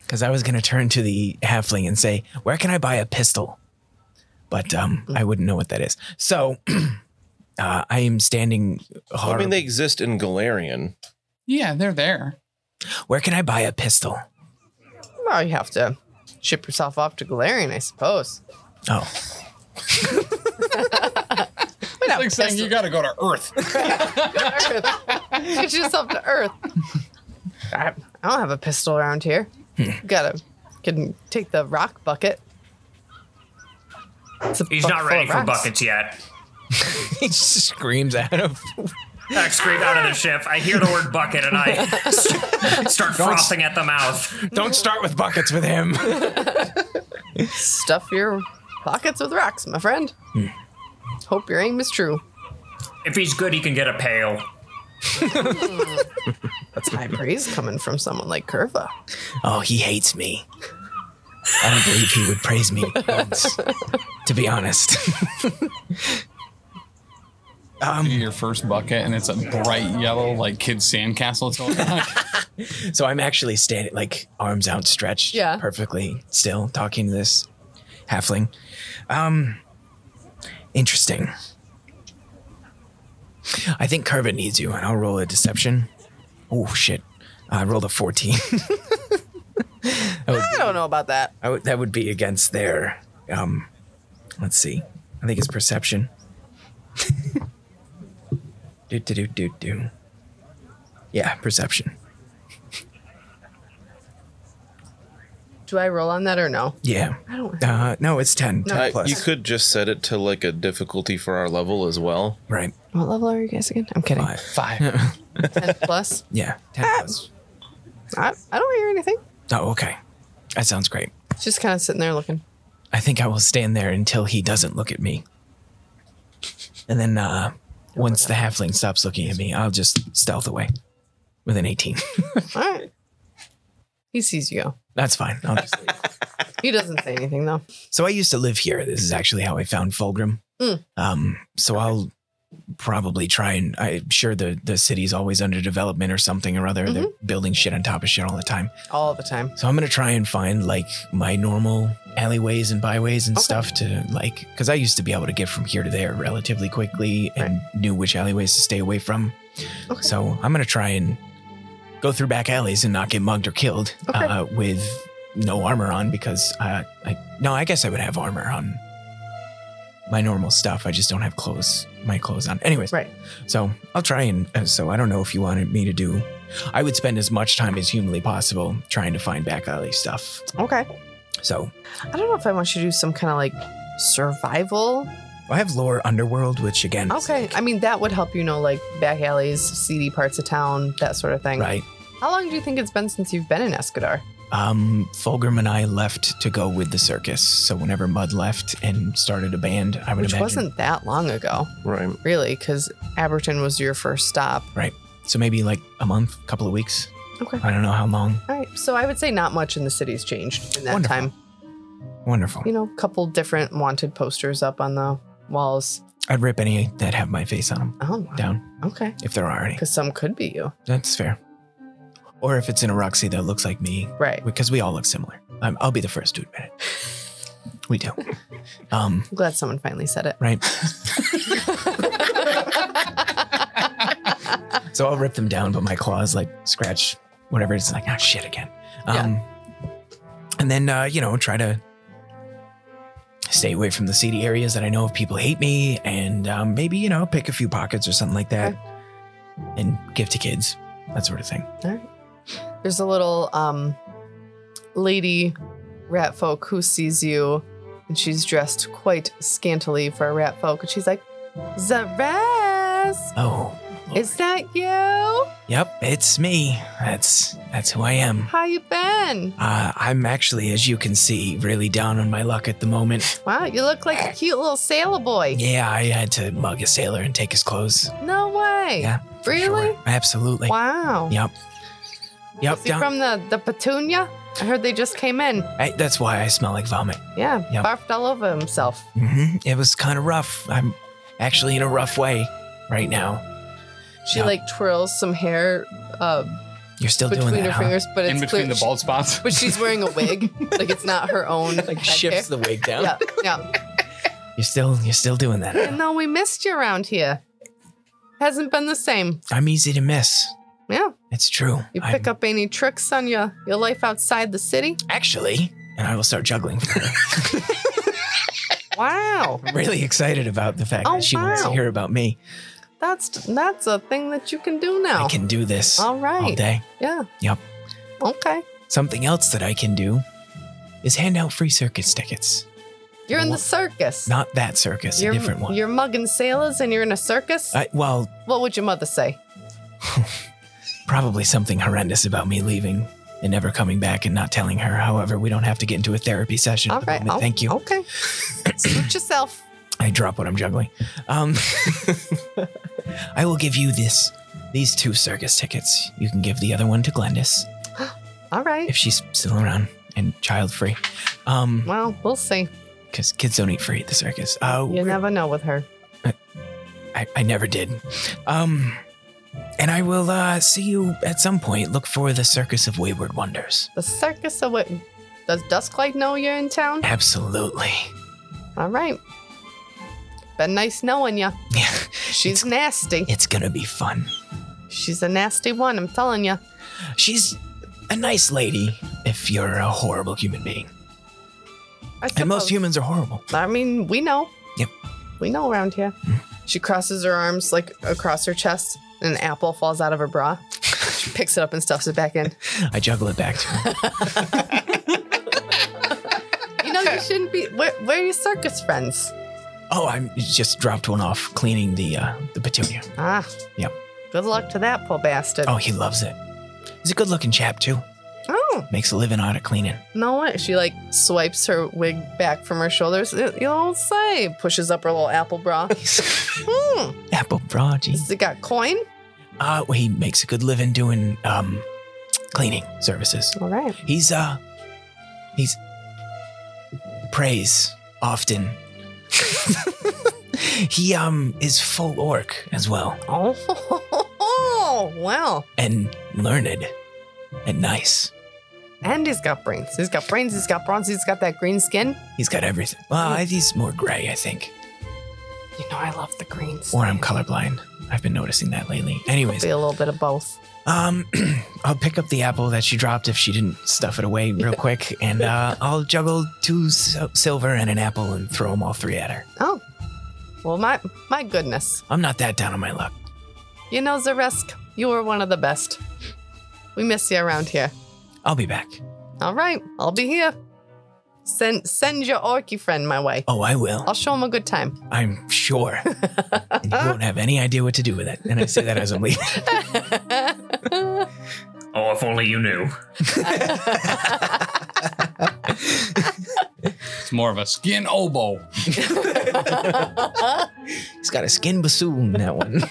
Speaker 7: Because I was going to turn to the halfling and say, Where can I buy a pistol? But um, I wouldn't know what that is. So, uh, I am standing hard.
Speaker 4: I mean, they exist in Galarian.
Speaker 8: yeah, they're there.
Speaker 7: Where can I buy a pistol?
Speaker 3: Well, you have to ship yourself off to Galarian, I suppose.
Speaker 7: Oh,
Speaker 8: It's like saying you got to go to Earth.
Speaker 3: Earth. Get yourself to Earth. I, I don't have a pistol around here. You
Speaker 6: Hmm.
Speaker 3: gotta can take the rock bucket. It's a bucket
Speaker 6: he's not
Speaker 3: full
Speaker 6: ready
Speaker 3: of
Speaker 6: for
Speaker 3: rocks.
Speaker 6: buckets yet.
Speaker 7: he just screams out of.
Speaker 6: I scream out of the ship. I hear the word bucket and I start frothing at the mouth.
Speaker 7: Don't start with buckets with him.
Speaker 3: Stuff your pockets with rocks, my friend.
Speaker 6: Hmm.
Speaker 3: Hope your aim is true.
Speaker 6: If he's good, he can get a pail.
Speaker 3: That's high praise coming from someone like Curva.
Speaker 7: Oh, he hates me. I don't believe he would praise me once, to be honest.
Speaker 8: Your first bucket, and it's a bright yellow, like kid's sandcastle. It's going on.
Speaker 7: so I'm actually standing, like arms outstretched,
Speaker 3: Yeah.
Speaker 7: perfectly still, talking to this halfling. Um, interesting. I think Kervin needs you, and I'll roll a deception. Oh shit! I rolled a fourteen.
Speaker 3: I don't know about that.
Speaker 7: I would, that would be against their. Um, let's see. I think it's perception. do do do do do. Yeah, perception.
Speaker 3: Do I roll on that or no?
Speaker 7: Yeah.
Speaker 3: I don't.
Speaker 7: Uh, no, it's ten.
Speaker 3: No.
Speaker 7: Ten
Speaker 4: I,
Speaker 7: plus.
Speaker 4: you could just set it to like a difficulty for our level as well.
Speaker 7: right.
Speaker 3: What level are you guys again? I'm kidding.
Speaker 7: Five.
Speaker 8: Five.
Speaker 3: Ten plus.
Speaker 7: Yeah. Ten plus.
Speaker 3: I, I don't hear anything.
Speaker 7: Oh, okay. That sounds great.
Speaker 3: Just kind of sitting there looking.
Speaker 7: I think I will stand there until he doesn't look at me. And then uh, once the halfling stops looking at me, I'll just stealth away with an 18.
Speaker 3: All right. He sees you.
Speaker 7: That's fine. I'll just leave.
Speaker 3: He doesn't say anything though.
Speaker 7: So I used to live here. This is actually how I found Fulgrim.
Speaker 3: Mm.
Speaker 7: Um, so I'll probably try and I'm sure the the city's always under development or something or other. They're building shit on top of shit all the time.
Speaker 3: All the time.
Speaker 7: So I'm gonna try and find like my normal alleyways and byways and
Speaker 3: Okay.
Speaker 7: stuff to like because I used to be able to get from here to there relatively quickly and knew which alleyways to stay away from.
Speaker 3: Okay.
Speaker 7: So I'm gonna try and go through back alleys and not get mugged or killed
Speaker 3: Okay.
Speaker 7: uh, with no armor on because uh, I no I guess I would have armor on my normal stuff. I just don't have clothes my clothes on. Anyways,
Speaker 3: Right.
Speaker 7: So I'll try and uh, so I don't know if you wanted me to do I would spend as much time as humanly possible trying to find back alley stuff.
Speaker 3: Okay.
Speaker 7: So
Speaker 3: I don't know if I want you to do some kind of like survival.
Speaker 7: I have lore underworld, which again, is
Speaker 3: Okay. I mean, that would help you know, like back alleys, seedy parts of town, that sort of thing.
Speaker 7: right.
Speaker 3: How long do you think it's been since you've been in Escadar?
Speaker 7: Um, Fulgrim and I left to go with the circus. So whenever Mud left and started a band, I would
Speaker 3: Which
Speaker 7: imagine.
Speaker 3: wasn't that long ago,
Speaker 4: Right.
Speaker 3: really, because Aberton was your first stop.
Speaker 7: So maybe like a month, couple of weeks.
Speaker 3: Okay.
Speaker 7: I don't know how long.
Speaker 3: All right. So I would say not much in the city's changed in that
Speaker 7: Wonderful.
Speaker 3: time.
Speaker 7: Wonderful.
Speaker 3: You know, couple different wanted posters up on the walls.
Speaker 7: I'd rip any that have my face on them
Speaker 3: Oh, wow.
Speaker 7: down
Speaker 3: okay.
Speaker 7: if there are any.
Speaker 3: Because some could be you.
Speaker 7: That's fair. Or if it's in a Roxy that looks like me,
Speaker 3: Right.
Speaker 7: because we all look similar. Um, I'll be the first to admit it. We do. Um,
Speaker 3: I'm glad someone finally said it.
Speaker 7: right? so I'll rip them down, but my claws like scratch whatever. It's like, ah, shit again. Um, And then, uh, you know, try to stay away from the seedy areas that I know if people hate me and um, maybe, you know, pick a few pockets or something like that and give to kids, that sort of thing.
Speaker 3: There's a little um, lady rat folk who sees you, and she's dressed quite scantily for a rat folk, and she's like, Zaresk!
Speaker 7: Oh,
Speaker 3: Is that you?
Speaker 7: Yep, it's me. That's that's who I am.
Speaker 3: How you been?
Speaker 7: Uh, I'm actually, as you can see, really down on my luck at the moment.
Speaker 3: Wow, you look like a cute little sailor boy.
Speaker 7: Yeah, I had to mug a sailor and take his clothes.
Speaker 3: No way.
Speaker 7: Yeah, for
Speaker 3: Really?
Speaker 7: sure. Absolutely.
Speaker 3: Wow.
Speaker 7: Yep. Yep.
Speaker 3: Is he
Speaker 7: Down,
Speaker 3: from the, the petunia? I heard they just came in.
Speaker 7: I, that's why I smell like vomit.
Speaker 3: Yeah,
Speaker 7: Yep.
Speaker 3: barfed all over himself.
Speaker 7: hmm It was kind of rough. I'm actually in a rough way right now.
Speaker 3: She
Speaker 7: Yeah.
Speaker 3: like twirls some hair uh,
Speaker 7: You're still
Speaker 3: between
Speaker 7: doing
Speaker 3: her
Speaker 7: that, huh?
Speaker 3: fingers, but it's
Speaker 8: in between
Speaker 3: clear-
Speaker 8: the bald spots.
Speaker 3: But she's wearing a wig. like it's not her own.
Speaker 7: Like
Speaker 3: head
Speaker 7: shifts the wig down.
Speaker 3: hair. Yeah, yeah.
Speaker 7: You're still, you're still doing that.
Speaker 3: And no, we missed you around here. Hasn't been the same.
Speaker 7: I'm easy to miss.
Speaker 3: Yeah.
Speaker 7: It's true.
Speaker 3: You
Speaker 7: I'm-
Speaker 3: pick up any tricks on your, your life outside the city?
Speaker 7: actually, and I will start juggling. for her.
Speaker 3: Wow.
Speaker 7: I'm really excited about the fact
Speaker 3: Oh,
Speaker 7: that she wants to
Speaker 3: wow.
Speaker 7: hear about me.
Speaker 3: That's that's a thing that you can do now.
Speaker 7: I can do this
Speaker 3: All
Speaker 7: all
Speaker 3: right.
Speaker 7: day.
Speaker 3: Yeah.
Speaker 7: Yep.
Speaker 3: Okay.
Speaker 7: Something else that I can do is hand out free circus tickets.
Speaker 3: You're in
Speaker 7: Well,
Speaker 3: the circus.
Speaker 7: Not that circus,
Speaker 3: you're,
Speaker 7: a different one.
Speaker 3: You're mugging sailors and you're in a circus?
Speaker 7: I, well,
Speaker 3: what would your mother say?
Speaker 7: probably something horrendous about me leaving and never coming back and not telling her. However, we don't have to get into a therapy session. at
Speaker 3: All
Speaker 7: the
Speaker 3: right.
Speaker 7: moment.
Speaker 3: I'll-
Speaker 7: Thank you.
Speaker 3: Okay. Suit yourself.
Speaker 7: I drop what I'm juggling. Um, I will give you this, these two circus tickets. You can give the other one to Glendis
Speaker 3: All right.
Speaker 7: if she's still around and child free. Um,
Speaker 3: Well, we'll see.
Speaker 7: because kids don't eat free at the circus. Uh,
Speaker 3: You never know with her.
Speaker 7: I, I never did. Um, and I will uh, see you at some point. Look for the Circus of Wayward Wonders.
Speaker 3: The circus of what? Does Dusklight know you're in town?
Speaker 7: Absolutely.
Speaker 3: All right. Been nice knowing you.
Speaker 7: Yeah,
Speaker 3: She's nasty.
Speaker 7: it's gonna be fun.
Speaker 3: She's a nasty one, I'm telling you.
Speaker 7: She's a nice lady if you're a horrible human being.
Speaker 3: I
Speaker 7: And most
Speaker 3: suppose.
Speaker 7: humans are horrible.
Speaker 3: I mean, we know.
Speaker 7: Yep. Hmm.
Speaker 3: We know around here. She crosses her arms like across her chest, and an apple falls out of her bra. she picks it up and stuffs it back in.
Speaker 7: I juggle it back to her.
Speaker 3: You know, you shouldn't be. Where, where are your circus friends?
Speaker 7: oh, I just dropped one off cleaning the uh, the petunia.
Speaker 3: Ah.
Speaker 7: Yep.
Speaker 3: Good luck to that poor bastard.
Speaker 7: Oh, he loves it. He's a good looking chap too.
Speaker 3: Oh,
Speaker 7: Makes a living out of cleaning.
Speaker 3: no what? She like swipes her wig back from her shoulders. You don't say. Pushes up her little apple bra. hmm.
Speaker 7: Apple bra, geez.
Speaker 3: Has it got coin?
Speaker 7: Uh, well, he makes a good living doing um, cleaning services.
Speaker 3: All right.
Speaker 7: He's uh, he's prays often. he um is full orc as well,
Speaker 3: Oh, well.
Speaker 7: and learned, and nice.
Speaker 3: And he's got brains. He's got brains. He's got bronze. He's got that green skin.
Speaker 7: He's got everything. Well, I- he's more gray, I think,
Speaker 3: You know, I love the greens.
Speaker 7: or I'm colorblind. I've been noticing that lately. Anyways,
Speaker 3: Be a little bit of both.
Speaker 7: um, I'll pick up the apple that she dropped if she didn't stuff it away real quick, and uh, I'll juggle two sil- silver and an apple and throw them all three at her.
Speaker 3: Oh, well, my my goodness.
Speaker 7: I'm not that down on my luck.
Speaker 3: You know, Zaresk, you were one of the best. We miss you around here.
Speaker 7: I'll be back.
Speaker 3: All right, I'll be here. Send send your orky friend my way.
Speaker 7: Oh, I will.
Speaker 3: I'll show him a good time.
Speaker 7: I'm sure. and you won't have any idea what to do with it. And I say that as I'm leaving.
Speaker 6: Oh, if only you knew.
Speaker 8: It's more of a skin oboe.
Speaker 7: He's got a skin bassoon, that one.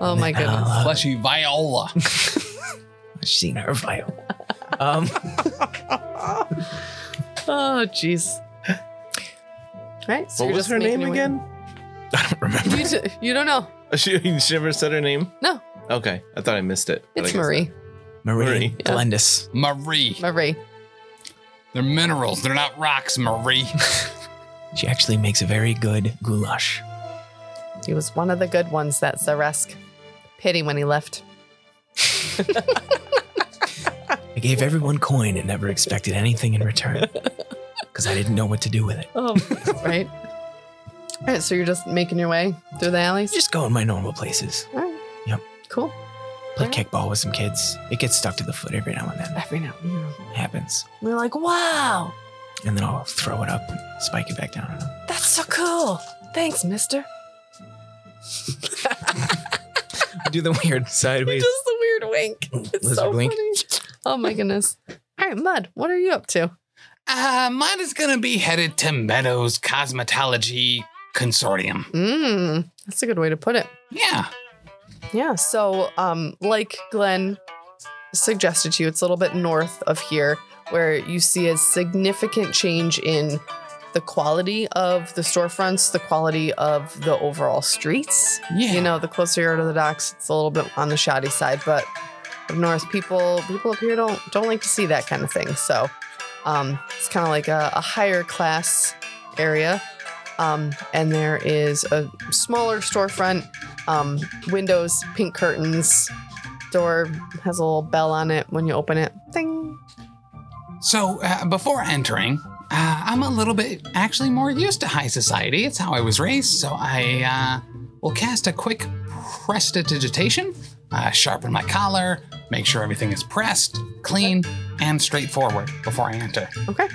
Speaker 3: oh my goodness.
Speaker 7: Uh,
Speaker 8: Fleshy viola.
Speaker 7: I've seen her file. Um,
Speaker 3: Oh jeez. Right. So
Speaker 4: What
Speaker 3: you're
Speaker 4: was
Speaker 3: just
Speaker 4: her
Speaker 3: making
Speaker 4: name
Speaker 3: your way-
Speaker 4: again?
Speaker 7: I don't remember.
Speaker 3: You, d- you don't know.
Speaker 4: She, she never said her name?
Speaker 3: No.
Speaker 4: Okay. I thought I missed it. but I
Speaker 3: It's
Speaker 4: guess
Speaker 3: Marie.
Speaker 7: Marie,
Speaker 4: Marie.
Speaker 7: Glendis.
Speaker 8: Marie.
Speaker 3: Marie.
Speaker 8: They're minerals. They're not rocks, Marie.
Speaker 7: She actually makes a very good goulash.
Speaker 3: He was one of the good ones, that Zaresk. Pity when he left.
Speaker 7: I gave everyone coin and never expected anything in return because I didn't know what to do with it.
Speaker 3: Oh, right. All right, so you're just making your way through the alleys?
Speaker 7: Just go in my normal places.
Speaker 3: All right.
Speaker 7: Yep.
Speaker 3: Cool.
Speaker 7: Play
Speaker 3: All right.
Speaker 7: kickball with some kids. It gets stuck to the foot every now and then.
Speaker 3: Every now and then.
Speaker 7: happens.
Speaker 3: We're like, wow,
Speaker 7: and then I'll throw it up and spike it back down.
Speaker 3: that's so cool. Thanks, mister.
Speaker 7: do the weird
Speaker 3: He
Speaker 7: sideways.
Speaker 3: does the weird wink. It's
Speaker 7: Lizard
Speaker 3: so
Speaker 7: wink.
Speaker 3: funny. Oh my goodness. All right, Mud, what are you up to?
Speaker 2: Uh, mine is going to be headed to Meadows Cosmetology Consortium.
Speaker 3: Mm, that's a good way to put it.
Speaker 2: Yeah.
Speaker 3: Yeah. So, um, like Glenn suggested to you, it's a little bit north of here where you see a significant change in the quality of the storefronts, the quality of the overall streets.
Speaker 2: Yeah.
Speaker 3: You know, the closer you are to the docks, it's a little bit on the shoddy side, but up north, people people up here don't don't like to see that kind of thing. So, um, it's kind of like a, a higher class area. Um, and there is a smaller storefront um, windows, pink curtains. Door has a little bell on it when you open it. Ding.
Speaker 2: So, uh, before entering, uh, I'm a little bit actually more used to high society. It's how I was raised, so I uh, will cast a quick prestidigitation, uh, sharpen my collar, make sure everything is pressed, clean, and straightforward before I enter.
Speaker 3: Okay.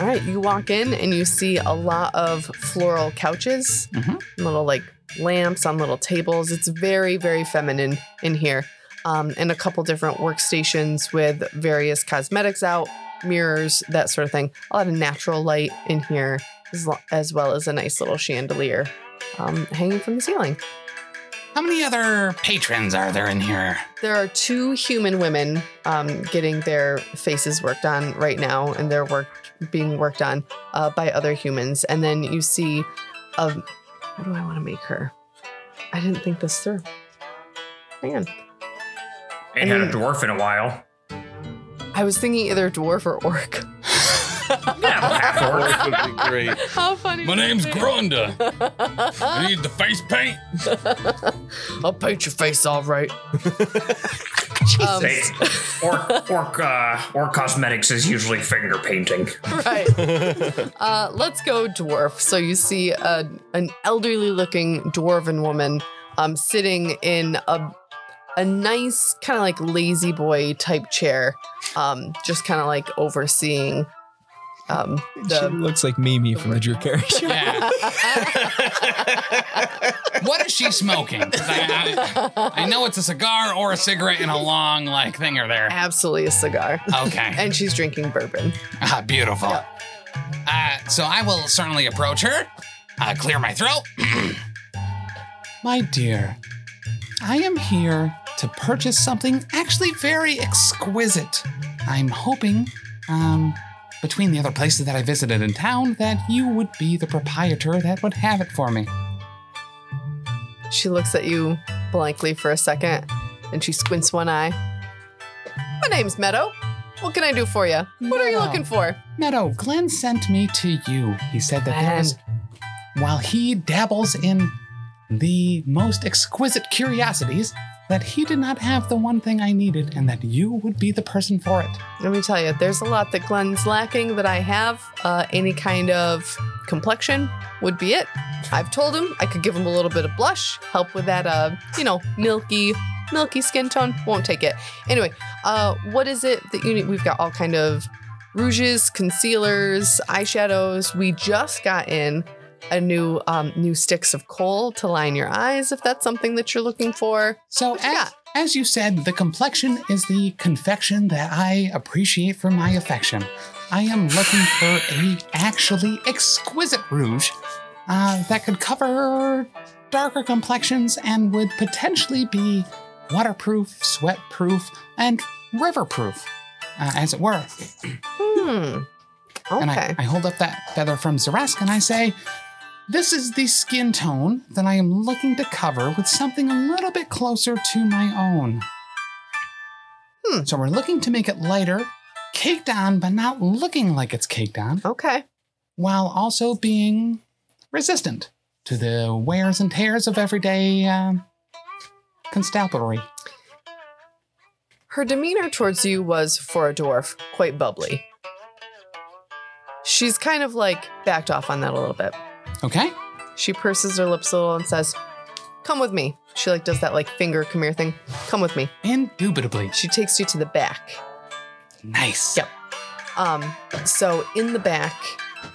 Speaker 3: All right, you walk in and you see a lot of floral couches,
Speaker 2: Mhm.
Speaker 3: little like lamps on little tables. It's very, very feminine in here. Um, and a couple different workstations with various cosmetics out, mirrors, that sort of thing. A lot of natural light in here, as, lo- as well as a nice little chandelier um, hanging from the ceiling.
Speaker 2: How many other patrons are there in here?
Speaker 3: There are two human women um, getting their faces worked on right now, and they're work being worked on uh, by other humans. And then you see, a, what do I want to make her? I didn't think this through. Man,
Speaker 6: Ain't had a
Speaker 3: Mm.
Speaker 6: dwarf in a while.
Speaker 3: I was thinking either dwarf or orc.
Speaker 6: Yeah, I'm half orc.
Speaker 4: That would be great.
Speaker 3: How funny!
Speaker 1: My name's Grunda. I need the face paint.
Speaker 3: I'll paint your face all right. Um,
Speaker 6: They- orc, orc, uh, orc cosmetics is usually finger painting.
Speaker 3: right. Uh, let's go dwarf. So you see a, an elderly looking dwarven woman um, sitting in a a nice kind of like lazy boy type chair, um, just kind of like overseeing um,
Speaker 7: she
Speaker 3: the.
Speaker 7: looks like Mimi from the Drew Carey show.
Speaker 2: Yeah. what is she smoking? 'Cause I, I, I know it's a cigar or a cigarette in a long like thinger there.
Speaker 3: Absolutely a cigar.
Speaker 2: Okay.
Speaker 3: And she's drinking bourbon.
Speaker 2: Ah, beautiful. Uh, so I will certainly approach her, uh, clear my throat. my dear, I am here to purchase something actually very exquisite. I'm hoping, um, between the other places that I visited in town, that you would be the proprietor that would have it for me.
Speaker 3: She looks at you blankly for a second and she squints one eye. My name's Meadow. What can I do for you? What are
Speaker 2: Meadow.
Speaker 3: you looking for?
Speaker 2: Meadow, Glenn sent me to you. He said that there was, while he dabbles in the most exquisite curiosities, that he did not have the one thing I needed and that you would be the person for it.
Speaker 3: Let me tell you, there's a lot that Glenn's lacking that I have. Uh, any kind of complexion would be it. I've told him I could give him a little bit of blush, help with that, uh, you know, milky, milky skin tone. Won't take it. Anyway, uh, what is it that you need? We've got all kind of rouges, concealers, eyeshadows. We just got in a new, um, new sticks of coal to line your eyes. If that's something that you're looking for,
Speaker 2: So,
Speaker 3: What you
Speaker 2: as,
Speaker 3: got?
Speaker 2: as you said, the complexion is the confection that I appreciate for my affection. I am looking for a actually exquisite rouge uh, that could cover darker complexions and would potentially be waterproof, sweatproof, and riverproof, uh, as it were.
Speaker 3: hmm. Okay.
Speaker 2: And I, I hold up that feather from Zarask and I say, This is the skin tone that I am looking to cover with something a little bit closer to my own.
Speaker 3: Hmm.
Speaker 2: So we're looking to make it lighter, caked on, but not looking like it's caked on,
Speaker 3: okay.
Speaker 2: while also being resistant to the wears and tears of everyday um, constabulary.
Speaker 3: Her demeanor towards you was, for a dwarf, quite bubbly. She's kind of like backed off on that a little bit.
Speaker 2: Okay?
Speaker 3: She purses her lips a little and says, Come with me. She like does that like finger come here thing. Come with me.
Speaker 2: Indubitably.
Speaker 3: She takes you to the back.
Speaker 2: Nice.
Speaker 3: Yep. Um, so in the back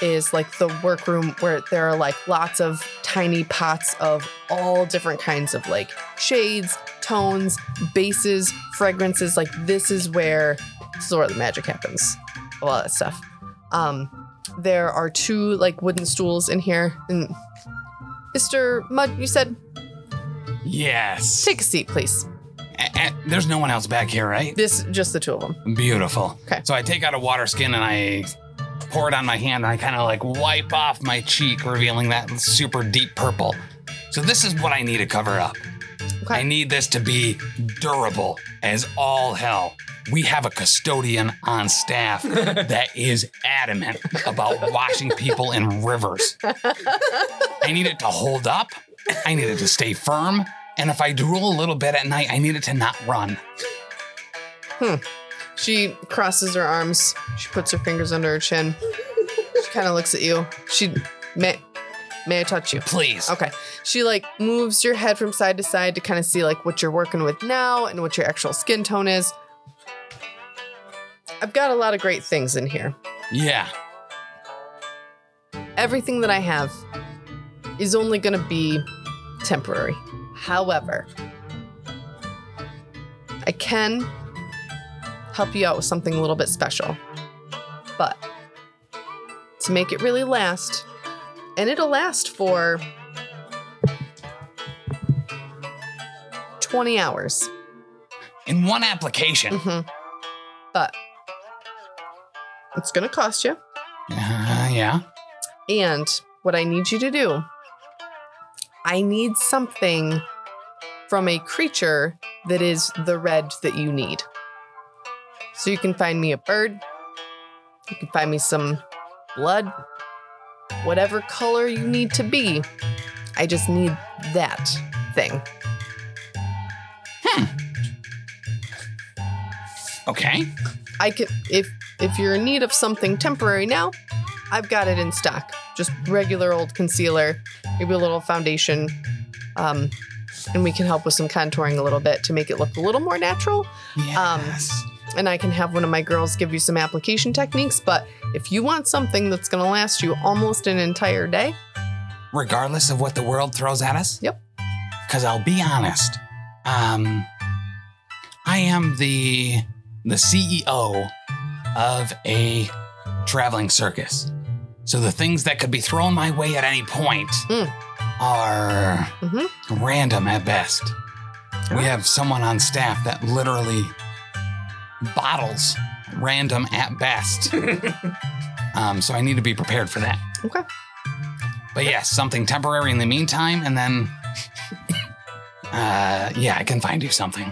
Speaker 3: is like the workroom where there are like lots of tiny pots of all different kinds of like shades, tones, bases, fragrances. Like this is where this is where the magic happens. A lot of that stuff. Um, there are two like wooden stools in here. And Mr. Mudd, you said
Speaker 2: Yes.
Speaker 3: take a seat, please.
Speaker 2: Eh, eh, there's no one else back here, right?
Speaker 3: This just the two of them.
Speaker 2: Beautiful.
Speaker 3: Okay.
Speaker 2: So I take out a water skin and I pour it on my hand and I kind of like wipe off my cheek, revealing that super deep purple. So this is what I need to cover up.
Speaker 3: Okay.
Speaker 2: I need this to be durable as all hell. We have a custodian on staff that is adamant about washing people in rivers. I need it to hold up. I need it to stay firm. And if I drool a little bit at night, I need it to not run.
Speaker 3: She crosses her arms. She puts her fingers under her chin. She kind of looks at you. She may may I touch you?
Speaker 2: Please.
Speaker 3: Okay. She like moves your head from side to side to kind of see like what you're working with now and what your actual skin tone is. I've got a lot of great things in here.
Speaker 2: Yeah.
Speaker 3: Everything that I have is only going to be temporary. However, I can help you out with something a little bit special. But to make it really last, and it'll last for 20 hours.
Speaker 2: In one application.
Speaker 3: hmm But it's going to cost you.
Speaker 2: Uh, yeah.
Speaker 3: And what I need you to do, I need something from a creature that is the red that you need. So you can find me a bird, you can find me some blood, whatever color you need to be. I just need that thing.
Speaker 2: Okay.
Speaker 3: I can if if you're in need of something temporary now, I've got it in stock. Just regular old concealer, maybe a little foundation, um, and we can help with some contouring a little bit to make it look a little more natural. Um,
Speaker 2: Yes.
Speaker 3: And I can have one of my girls give you some application techniques. But if you want something that's going to last you almost an entire day,
Speaker 2: Regardless of what the world throws at us.
Speaker 3: Yep.
Speaker 2: Because I'll be honest, um, I am the the CEO of a traveling circus. So the things that could be thrown my way at any point
Speaker 3: Mm.
Speaker 2: are
Speaker 3: Mhm.
Speaker 2: random at best. We have someone on staff that literally bottles random at best. um, so I need to be prepared for that.
Speaker 3: Okay.
Speaker 2: But yes, something temporary in the meantime, and then, uh, yeah, I can find you something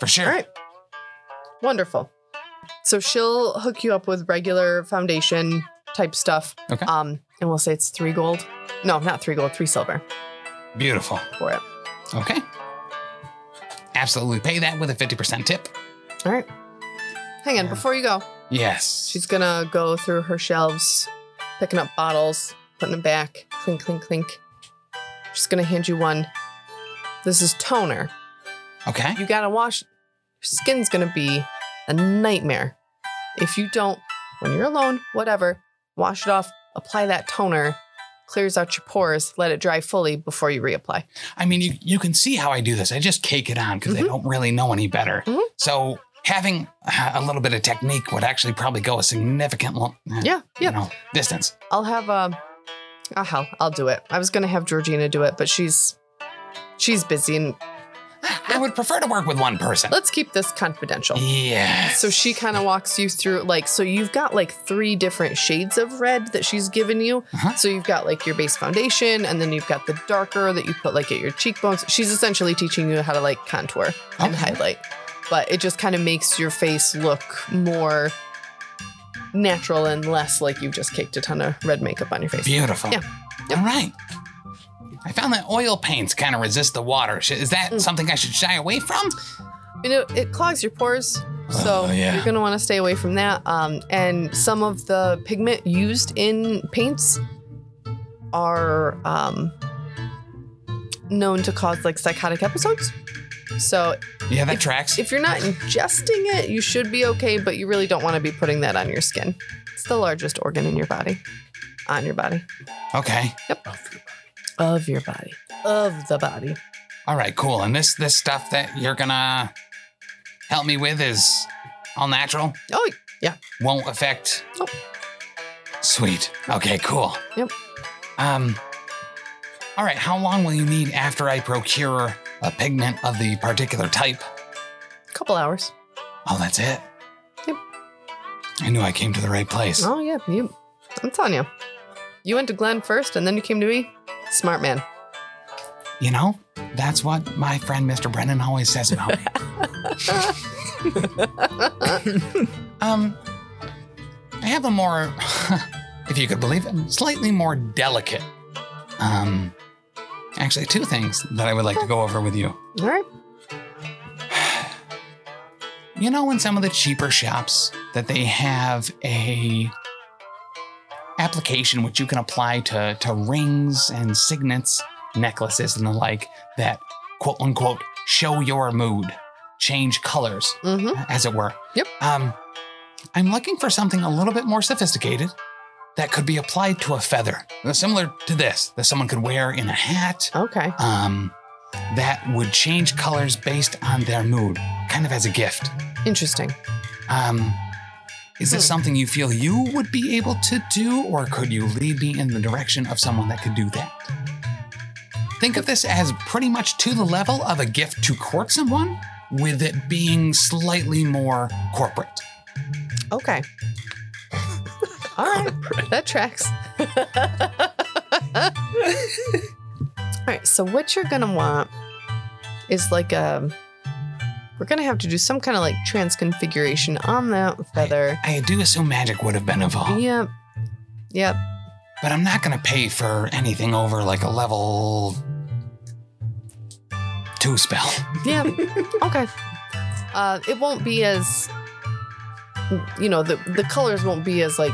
Speaker 2: for sure.
Speaker 3: All right. Wonderful. So she'll hook you up with regular foundation type stuff.
Speaker 2: Okay.
Speaker 3: Um, and we'll say it's three gold. No, not three gold, three silver
Speaker 2: Beautiful.
Speaker 3: for it.
Speaker 2: Okay. Absolutely pay that with a 50% tip.
Speaker 3: All right. Hang on,
Speaker 2: Yeah.
Speaker 3: before you go,
Speaker 2: Yes.
Speaker 3: she's gonna go through her shelves, picking up bottles, putting them back, clink, clink, clink. She's gonna hand you one. This is toner.
Speaker 2: okay.
Speaker 3: You gotta wash. Your skin's gonna be a nightmare. If you don't, when you're alone, whatever, wash it off, apply that toner, clears out your pores, let it dry fully before you reapply.
Speaker 2: I mean, you, you can see how I do this. I just cake it on because
Speaker 3: Mhm.
Speaker 2: I don't really know any better.
Speaker 3: Mhm.
Speaker 2: So having uh, a little bit of technique would actually probably go a significant long,
Speaker 3: Yeah,
Speaker 2: you
Speaker 3: yeah.
Speaker 2: know, distance.
Speaker 3: I'll have um oh hell, I'll do it. I was gonna have Georgina do it, but she's she's busy and
Speaker 2: I would prefer to work with one person.
Speaker 3: let's keep this confidential.
Speaker 2: Yes.
Speaker 3: Oh. So she kind of walks you through like so you've got like three different shades of red that she's given you.
Speaker 2: Uh-huh.
Speaker 3: So you've got like your base foundation and then you've got the darker that you put like at your cheekbones. She's essentially teaching you how to like contour and
Speaker 2: Okay.
Speaker 3: highlight. But it just kind of makes your face look more natural and less like you've just caked a ton of red makeup on your face.
Speaker 2: Beautiful.
Speaker 3: Yeah. Yep.
Speaker 2: All right. I found that oil paints kind of resist the water. Sh- Is that
Speaker 3: Mm.
Speaker 2: something I should shy away from?
Speaker 3: you know, it clogs your pores. So
Speaker 2: Oh, yeah.
Speaker 3: you're gonna want to stay away from that. Um, and some of the pigment used in paints are um, known to cause like psychotic episodes. So
Speaker 2: Yeah, that tracks.
Speaker 3: if you're not ingesting it, you should be okay. But you really don't want to be putting that on your skin. It's the largest organ in your body, on your body,
Speaker 2: Okay.
Speaker 3: of your body, of the body.
Speaker 2: All right, cool. And this this stuff that you're gonna help me with is all natural.
Speaker 3: Oh, yeah.
Speaker 2: Won't affect.
Speaker 3: Nope.
Speaker 2: Sweet. Okay, cool.
Speaker 3: Yep.
Speaker 2: Um. All right. How long will you need after I procure a pigment of the particular type?
Speaker 3: couple hours.
Speaker 2: Oh, that's it.
Speaker 3: Yep.
Speaker 2: I knew I came to the right place.
Speaker 3: Oh yeah, you. I'm telling you, you went to Glenn first, and then you came to me. Smart man.
Speaker 2: You know, that's what my friend Mr. Brennan always says about me. um, I have a more, if you could believe it, slightly more delicate. Um, actually, two things that I would like to go over with you.
Speaker 3: All right.
Speaker 2: You know, in some of the cheaper shops, that they have a application which you can apply to to rings and signets, necklaces, and the like that quote unquote show your mood, change colors,
Speaker 3: Mm-hmm.
Speaker 2: as it were.
Speaker 3: Yep.
Speaker 2: Um, I'm looking for something a little bit more sophisticated that could be applied to a feather, uh, similar to this, that someone could wear in a hat.
Speaker 3: Okay.
Speaker 2: Um, that would change colors based on their mood, kind of as a gift.
Speaker 3: Interesting.
Speaker 2: Um, is this
Speaker 3: Hmm.
Speaker 2: something you feel you would be able to do, or could you lead me in the direction of someone that could do that? Think of this as pretty much to the level of a gift to court someone, with it being slightly more corporate.
Speaker 3: Okay. All right. That tracks. All right. So what you're gonna want is like a. We're gonna have to do some kind of like transconfiguration on that feather.
Speaker 2: I do assume magic would have been involved,
Speaker 3: Yep. Yep.
Speaker 2: but I'm not going to pay for anything over like a level two spell.
Speaker 3: Yeah. okay. Uh, it won't be as, you know, the the colors won't be as like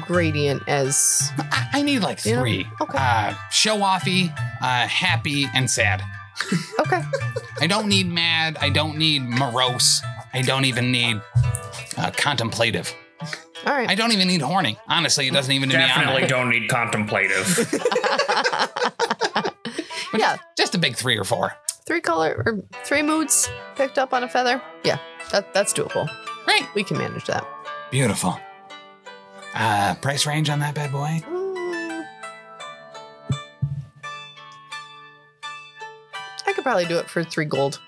Speaker 3: gradient as.
Speaker 2: I, I need like
Speaker 3: Yeah.
Speaker 2: three.
Speaker 3: Okay.
Speaker 2: Uh, show offy, uh, happy, and sad.
Speaker 3: Okay.
Speaker 2: I don't need mad. I don't need morose. I don't even need uh, contemplative.
Speaker 3: All
Speaker 2: I
Speaker 3: right.
Speaker 2: don't even need horny. Honestly, it doesn't even do me
Speaker 6: Definitely
Speaker 2: honor.
Speaker 6: don't need contemplative.
Speaker 3: yeah,
Speaker 2: Just a big three or four.
Speaker 3: three color or three moods picked up on a feather. Yeah, that that's doable.
Speaker 2: Great.
Speaker 3: We can manage that.
Speaker 2: Beautiful. Uh, price range on that bad boy?
Speaker 3: Mm. I could probably do it for three gold.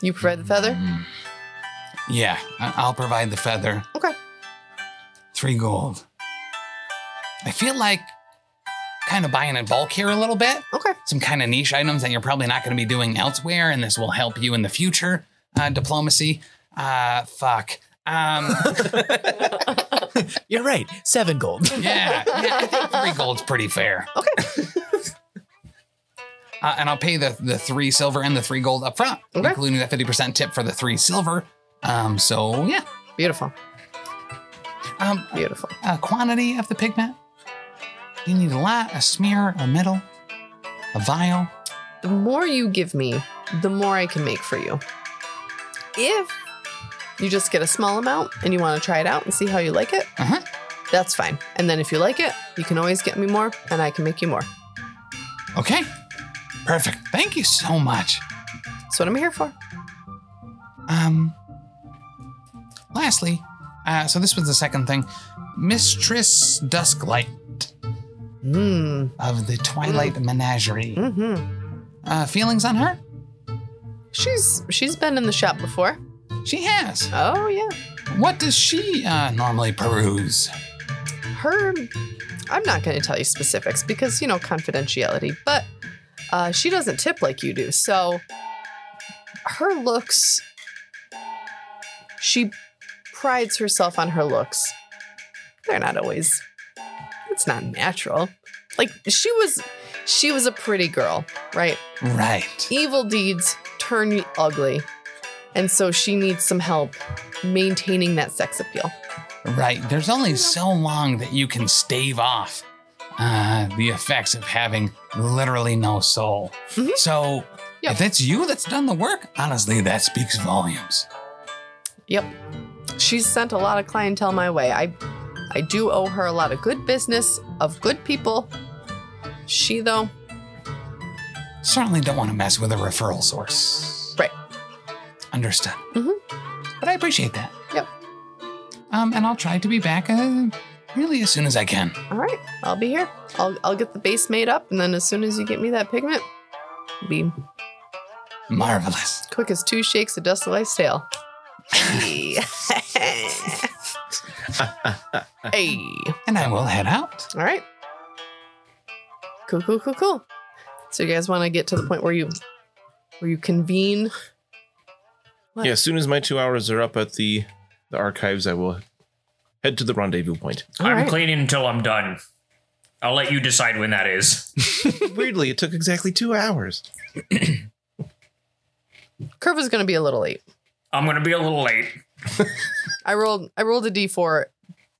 Speaker 3: You provide the feather.
Speaker 2: Mm. Yeah, I- I'll provide the feather.
Speaker 3: Okay.
Speaker 2: Three gold. I feel like kind of buying in bulk here a little bit.
Speaker 3: Okay.
Speaker 2: some kind of niche items that you're probably not going to be doing elsewhere, and this will help you in the future. Uh, diplomacy. Uh, fuck. Um,
Speaker 7: You're right. Seven gold.
Speaker 2: yeah, yeah, I think three gold's pretty fair. Okay. uh, and I'll pay the the three silver and the three gold up front,
Speaker 3: Okay.
Speaker 2: including that fifty percent tip for the three silver. Um, so yeah.
Speaker 3: Beautiful.
Speaker 2: Um,
Speaker 3: Beautiful.
Speaker 2: uh, quantity of the pigment. You need a lot, a smear, a middle, a vial.
Speaker 3: the more you give me, the more I can make for you. If you just get a small amount and you want to try it out and see how you like it,
Speaker 2: Uh-huh.
Speaker 3: that's fine. And then if you like it, you can always get me more and I can make you more.
Speaker 2: Okay. Perfect. Thank you so much.
Speaker 3: That's what I'm here for.
Speaker 2: Um. Lastly, uh, so this was the second thing, Mistress Dusklight
Speaker 3: Mm.
Speaker 2: of the Twilight Menagerie.
Speaker 3: Mm-hmm.
Speaker 2: Uh, feelings on her?
Speaker 3: She's she's been in the shop before.
Speaker 2: She has.
Speaker 3: Oh yeah.
Speaker 2: What does she uh, normally peruse?
Speaker 3: her i'm not going to tell you specifics because you know confidentiality but uh, she doesn't tip like you do so her looks she prides herself on her looks they're not always it's not natural like she was she was a pretty girl right
Speaker 2: Right.
Speaker 3: evil deeds turn you ugly and so she needs some help maintaining that sex appeal
Speaker 2: Right. There's only so long that you can stave off uh, the effects of having literally no soul.
Speaker 3: Mhm.
Speaker 2: So,
Speaker 3: Yep.
Speaker 2: if it's you that's done the work, honestly, that speaks volumes.
Speaker 3: She's sent a lot of clientele my way. I I do owe her a lot of good business, of good people. She, though,
Speaker 2: Certainly don't want to mess with a referral source.
Speaker 3: Right.
Speaker 2: Understood.
Speaker 3: Mhm.
Speaker 2: But I appreciate that.
Speaker 3: Yep.
Speaker 2: Um, and I'll try to be back uh, really as soon as I can.
Speaker 3: all right, I'll be here. I'll, I'll get the base made up, and then as soon as you get me that pigment, be
Speaker 2: Marvelous.
Speaker 3: quick as two shakes of dust of life's tail. hey. Hey.
Speaker 2: And I will head out.
Speaker 3: All right. Cool, cool, cool, cool. So you guys want to get to the point where you where you convene?
Speaker 4: Yeah, as soon as my two hours are up at the the archives, I will head to the rendezvous point.
Speaker 3: All
Speaker 6: I'm
Speaker 3: right.
Speaker 6: cleaning until I'm done. I'll let you decide when that is.
Speaker 4: Weirdly, it took exactly two hours.
Speaker 3: Curve is going to be a little late.
Speaker 6: I'm gonna be a little late.
Speaker 3: I rolled I rolled a d4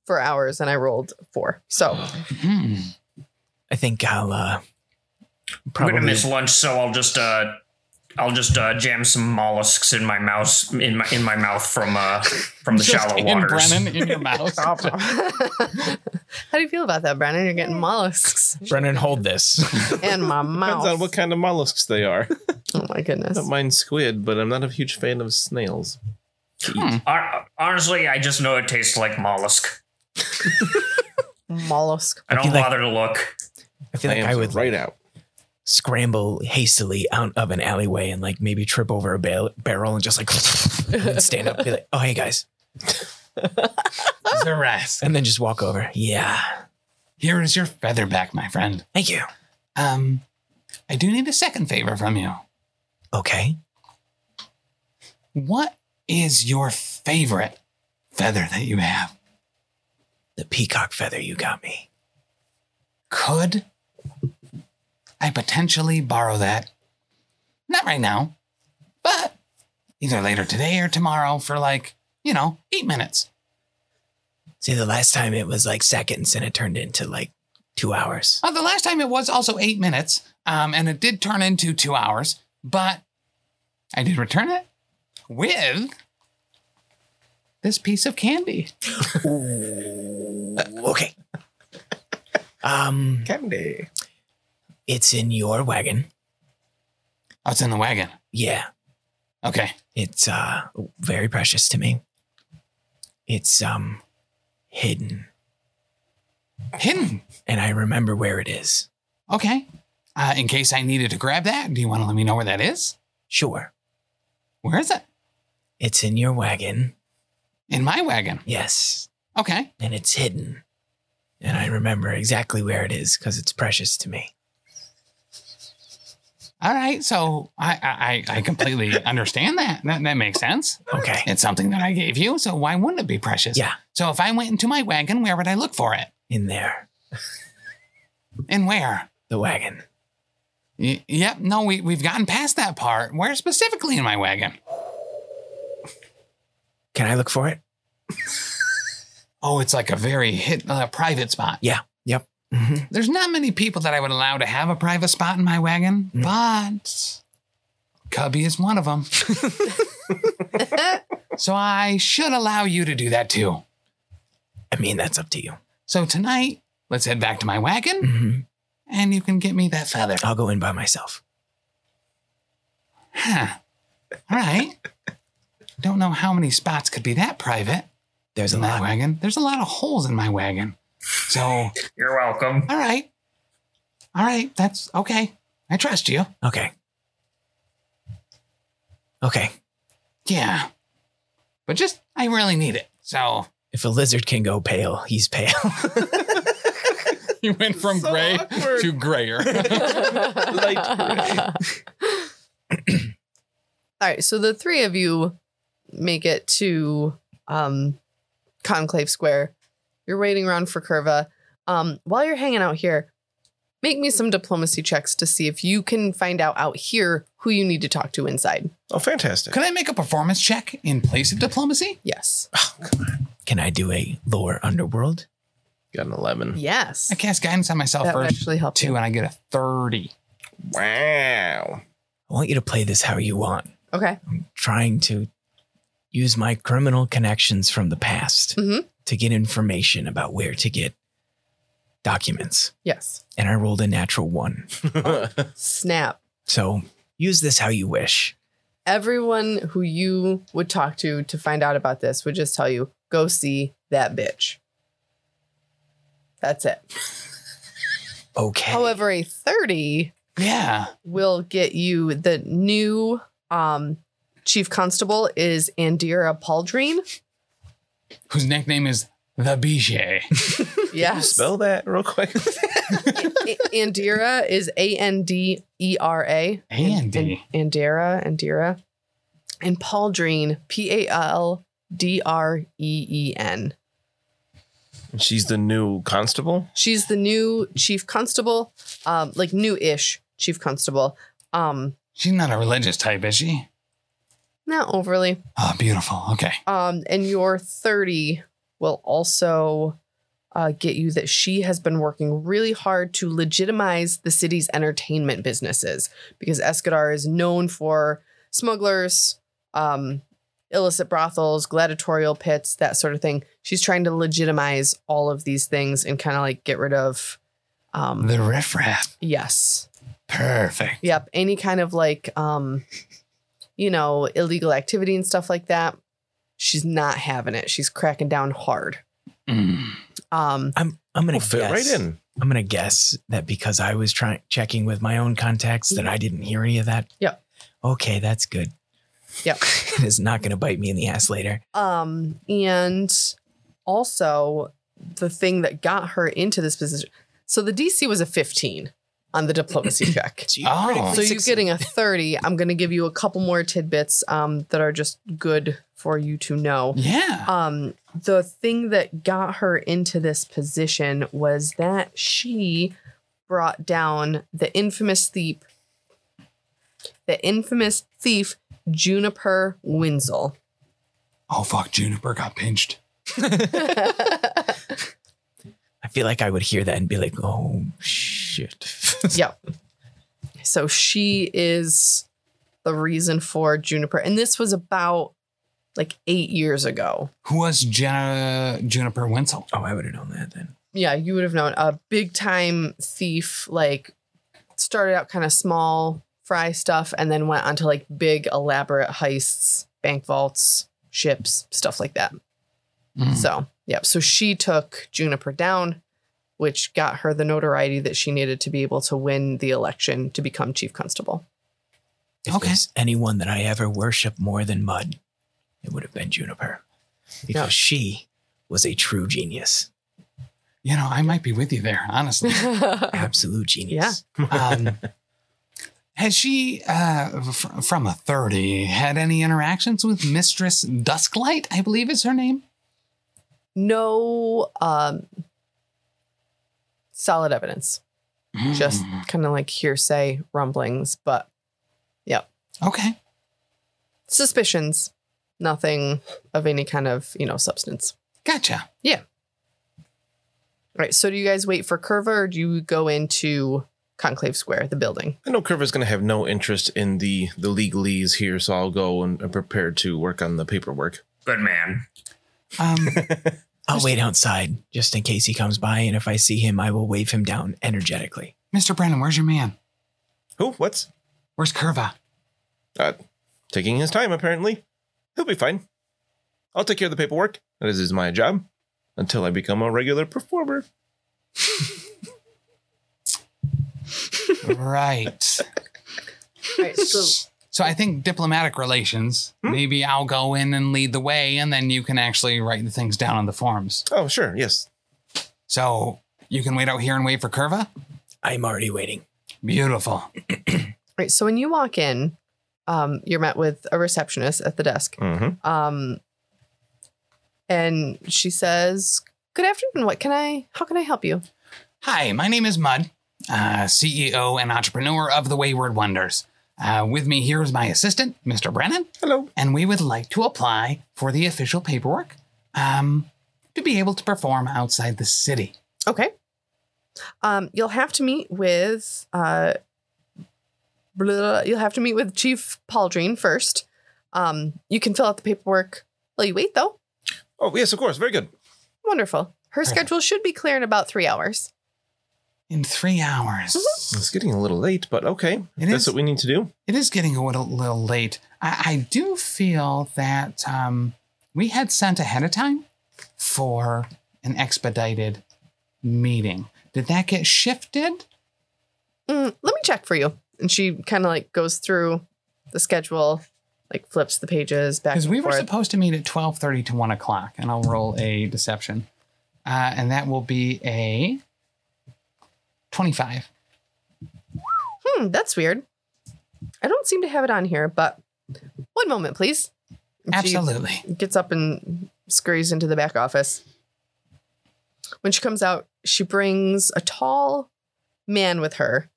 Speaker 3: for hours and I rolled 4. So,
Speaker 2: Hmm.
Speaker 7: I think I'll uh,
Speaker 6: I'm
Speaker 7: probably
Speaker 6: gonna miss lunch, so I'll just uh, I'll just uh, jam some mollusks in my mouse in my in my mouth from uh from the
Speaker 8: Just
Speaker 6: shallow
Speaker 8: in
Speaker 6: waters.
Speaker 8: Brennan in your mouth.
Speaker 3: how do you feel about that, Brennan? You're getting mollusks
Speaker 7: Brennan hold this.
Speaker 3: in my
Speaker 4: Depends on
Speaker 3: mouth.
Speaker 4: what kind of mollusks they are. I
Speaker 3: oh my goodness.
Speaker 4: don't mind squid, but I'm not a huge fan of snails.
Speaker 6: Hon- Honestly, I just know it tastes like mollusk.
Speaker 3: Mollusk.
Speaker 6: I don't
Speaker 7: feel like-
Speaker 6: bother to look.
Speaker 7: I feel like
Speaker 4: Clams
Speaker 7: I
Speaker 4: are
Speaker 7: would
Speaker 4: right out.
Speaker 7: scramble hastily out of an alleyway and like maybe trip over a ba- barrel and just like and stand up and be like, oh, hey guys.
Speaker 2: the rest.
Speaker 7: And then just walk over. Yeah.
Speaker 2: Here is your feather back, my friend.
Speaker 7: Thank you.
Speaker 2: Um, I do need a second favor from you.
Speaker 7: Okay.
Speaker 2: What is your favorite feather that you have?
Speaker 7: The peacock feather you got me.
Speaker 2: Could I potentially borrow that? Not right now, but either later today or tomorrow for like, you know, eight minutes.
Speaker 7: See, the last time it was like seconds and it turned into like two hours.
Speaker 2: Uh, the last time it was also eight minutes, um, and it did turn into two hours, but I did return it with this piece of candy.
Speaker 7: Okay. Um,
Speaker 4: Candy.
Speaker 7: it's in your wagon.
Speaker 2: Oh, it's in the wagon.
Speaker 7: Yeah.
Speaker 2: Okay.
Speaker 7: It's uh very precious to me. It's um hidden,
Speaker 2: Hidden.
Speaker 7: and I remember where it is.
Speaker 2: Okay. Uh, in case I needed to grab that, do you want to let me know where that is?
Speaker 7: Sure,
Speaker 2: Where is it?
Speaker 7: it's in your wagon.
Speaker 2: In my wagon.
Speaker 7: Yes,
Speaker 2: Okay.
Speaker 7: and it's hidden, and I remember exactly where it is because it's precious to me.
Speaker 2: All right. So I I, I I completely understand that. that. That makes sense.
Speaker 7: Okay,
Speaker 2: It's something that I gave you, so why wouldn't it be precious?
Speaker 7: Yeah.
Speaker 2: So if I went into my wagon, where would I look for it?
Speaker 7: in there,
Speaker 2: And where?
Speaker 7: the wagon.
Speaker 2: Y- yep. No, we we've gotten past that part. Where specifically in my wagon?
Speaker 7: Can I look for it?
Speaker 2: Oh, it's like a very hit uh, private spot.
Speaker 7: Mm-hmm.
Speaker 2: There's not many people that I would allow to have a private spot in my wagon, but Cubby is one of them. so I should allow you to do that too.
Speaker 7: I mean, that's up to you.
Speaker 2: So tonight, let's head back to my wagon
Speaker 7: hmm
Speaker 2: and you can get me that feather.
Speaker 7: I'll go in by myself.
Speaker 2: Huh. All right. Don't know how many spots could be that private
Speaker 7: There's a
Speaker 2: in that
Speaker 7: lot.
Speaker 2: wagon. There's a lot of holes in my wagon. So, all
Speaker 6: You're welcome.
Speaker 2: right. All right. That's okay. I trust you.
Speaker 7: Okay. Okay.
Speaker 2: Yeah. But just, I really need it. So,
Speaker 7: If a lizard can go pale, he's pale.
Speaker 8: You went from
Speaker 4: So
Speaker 8: gray
Speaker 4: awkward.
Speaker 8: to grayer.
Speaker 4: Light
Speaker 3: All right, so the three of you make it to um, Conclave Square. You're waiting around for Curva. Um, while you're hanging out here, make me some diplomacy checks to see if you can find out out here who you need to talk to inside.
Speaker 4: Oh, fantastic.
Speaker 2: could I make a performance check in place of diplomacy?
Speaker 3: Yes.
Speaker 7: Can I do a lower underworld?
Speaker 4: Got an 11.
Speaker 3: Yes.
Speaker 2: I cast guidance on myself
Speaker 3: That would
Speaker 2: first.
Speaker 3: actually help
Speaker 2: Two,
Speaker 3: you.
Speaker 2: and I get a 30.
Speaker 4: Wow.
Speaker 7: I want you to play this how you want.
Speaker 3: Okay.
Speaker 7: Trying to use my criminal connections from the past
Speaker 3: Mhm.
Speaker 7: to get information about where to get documents.
Speaker 3: Yes.
Speaker 7: And I rolled a natural one.
Speaker 3: Snap.
Speaker 7: So use this how you wish.
Speaker 3: Everyone who you would talk to to find out about this would just tell you, go see that bitch. That's it.
Speaker 7: Okay.
Speaker 3: However, a 30
Speaker 9: Yeah.
Speaker 3: will get you the new um, chief constable is Andira Pauldreen.
Speaker 2: whose nickname is the Bijay.
Speaker 3: Yes.
Speaker 4: Spell that real quick.
Speaker 3: A- Andira is A N D E R A.
Speaker 2: Andy.
Speaker 3: And- Andera, Andira. And Pauldreen, P A L D R E E N.
Speaker 4: She's the new constable.
Speaker 3: She's the new chief constable, um, like new ish chief constable. Um,
Speaker 2: She's not a religious type, is she?
Speaker 3: not overly.
Speaker 2: Oh, beautiful. Okay.
Speaker 3: Um, and your 30 will also uh, get you that she has been working really hard to legitimize the city's entertainment businesses because Escadar is known for smugglers, um, illicit brothels, gladiatorial pits, that sort of thing. She's trying to legitimize all of these things and kind of like get rid of. Um,
Speaker 2: The riffraff.
Speaker 3: yes.
Speaker 2: Perfect.
Speaker 3: Yep. Any kind of like, um, you know, illegal activity and stuff like that. She's not having it. She's cracking down hard.
Speaker 2: Mm.
Speaker 3: Um,
Speaker 7: I'm I'm gonna
Speaker 4: Will fit
Speaker 7: guess,
Speaker 4: right in.
Speaker 7: I'm gonna guess that because I was trying checking with my own contacts that I didn't hear any of that.
Speaker 3: Yep.
Speaker 7: Okay, that's good.
Speaker 3: Yep.
Speaker 7: it's not gonna bite me in the ass later.
Speaker 3: um, and also the thing that got her into this position. So the DC was a 15 on the diplomacy check.
Speaker 7: So you
Speaker 2: Oh.
Speaker 4: Ah.
Speaker 7: critically
Speaker 3: So you're
Speaker 7: succeed.
Speaker 3: getting a 30. I'm going to give you a couple more tidbits um, that are just good for you to know.
Speaker 2: Yeah.
Speaker 3: um the thing that got her into this position was that she brought down the infamous thief the infamous thief juniper winsel
Speaker 2: Oh, fuck. Juniper got pinched.
Speaker 7: I feel like I would hear that and be like, oh shit.
Speaker 3: yep so she is the reason for juniper and this was about like eight years ago
Speaker 2: Who was Jenna, Juniper Wenzel?
Speaker 7: oh, I would have known that then.
Speaker 3: yeah, you would have known a big time thief, like started out kind of small fry stuff and then went on to like big elaborate heists, bank vaults, ships, stuff like that.
Speaker 2: Mm.
Speaker 3: So, yep. So she took Juniper down, which got her the notoriety that she needed to be able to win the election to become chief constable.
Speaker 7: If
Speaker 2: Okay.
Speaker 7: there's anyone that I ever worshipped more than mud, it would have been Juniper. Because
Speaker 3: Yeah.
Speaker 7: she was a true genius.
Speaker 2: You know, I might be with you there, honestly.
Speaker 7: Absolute genius.
Speaker 2: Um, had she, uh, fr- from a 30, had any interactions with Mistress Dusklight, I believe is her name?
Speaker 3: no um, solid evidence, just
Speaker 2: Mm.
Speaker 3: kind of like hearsay rumblings, but
Speaker 2: Okay.
Speaker 3: suspicions, nothing of any kind of, you know, substance.
Speaker 2: Gotcha.
Speaker 3: All Right. So do you guys wait for Curva or do you go into Conclave Square, the building?
Speaker 4: I know Curva's going to have no interest in the the legalese here, so I'll go and I'm prepared to work on the paperwork.
Speaker 6: Good man.
Speaker 2: Um,
Speaker 7: I'll wait outside just in case he comes by. And if I see him, I will wave him down energetically.
Speaker 2: Mr. Brennan, where's your man?
Speaker 4: Who? What's
Speaker 2: Where's Curva?
Speaker 4: uh, taking his time? Apparently, he'll be fine. I'll take care of the paperwork. That is my job until I become a regular performer.
Speaker 2: right.
Speaker 3: All Right. So
Speaker 2: So I think diplomatic relations. Maybe I'll go in and lead the way, and then you can actually write the things down on the forms.
Speaker 4: Oh, sure, yes.
Speaker 2: So you can wait out here and wait for Curva.
Speaker 7: I'm already waiting.
Speaker 2: Beautiful.
Speaker 3: right. So when you walk in, um, you're met with a receptionist at the desk.
Speaker 4: Mm-hmm.
Speaker 3: Um and she says, Good afternoon. What can I how can I help you?
Speaker 2: Hi, my name is Mud, uh, CEO and entrepreneur of the Wayward Wonders. Uh, with me here is my assistant, Mr. Brennan,
Speaker 4: Hello.
Speaker 2: and we would like to apply for the official paperwork um, to be able to perform outside the city.
Speaker 3: Okay. Um, you'll have to meet with uh, blah, you'll have to meet with Chief Pauldreen first. Um, you can fill out the paperwork while you wait, though.
Speaker 4: Oh, yes, of course. Very good.
Speaker 3: Wonderful. Her schedule should be clear in about three hours.
Speaker 2: In three hours.
Speaker 4: It's getting a little late, but okay.
Speaker 2: It
Speaker 4: If that's
Speaker 2: is.
Speaker 4: what we need to do.
Speaker 2: It is getting a little, little late. I, I do feel that um, we had sent ahead of time for an expedited meeting. Did that get shifted?
Speaker 3: Mm, let me check for you. And she kind of like goes through the schedule, like flips the pages back
Speaker 2: Because
Speaker 3: and
Speaker 2: we were
Speaker 3: forth.
Speaker 2: supposed to meet at twelve thirty to one o'clock, and I'll roll a deception, uh, and that will be a twenty-five.
Speaker 3: hmm, that's weird. I don't seem to have it on here, but one moment, please. And she
Speaker 2: Absolutely.
Speaker 3: gets up and scurries into the back office. When she comes out, she brings a tall man with her.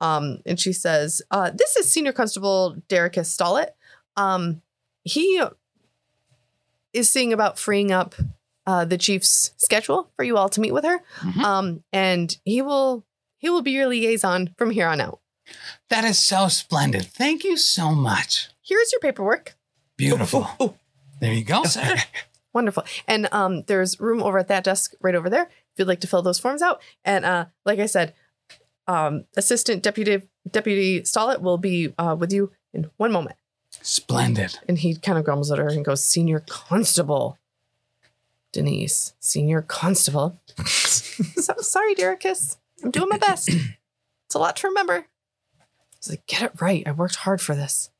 Speaker 3: Um, and she says, uh, This is Senior Constable Derekus Stollett. Um, he is seeing about freeing up uh, the chief's schedule for you all to meet with her.
Speaker 2: Mhm.
Speaker 3: Um, and he will he will be your liaison from here on out.
Speaker 2: That is so splendid. Thank you so much.
Speaker 3: Here's your paperwork.
Speaker 2: Beautiful.
Speaker 3: Oh,
Speaker 2: There you go, sir.
Speaker 3: Wonderful. And um, there's room over at that desk right over there if you'd like to fill those forms out. And uh, like I said, um, Assistant Deputy Deputy Stollett will be uh, with you in one moment.
Speaker 2: Splendid.
Speaker 3: And he kind of grumbles at her and goes, Senior Constable. Denise, Senior Constable. so, sorry, Derekus. I'm doing my best. It's a lot to remember. I was like, get it right. I worked hard for this.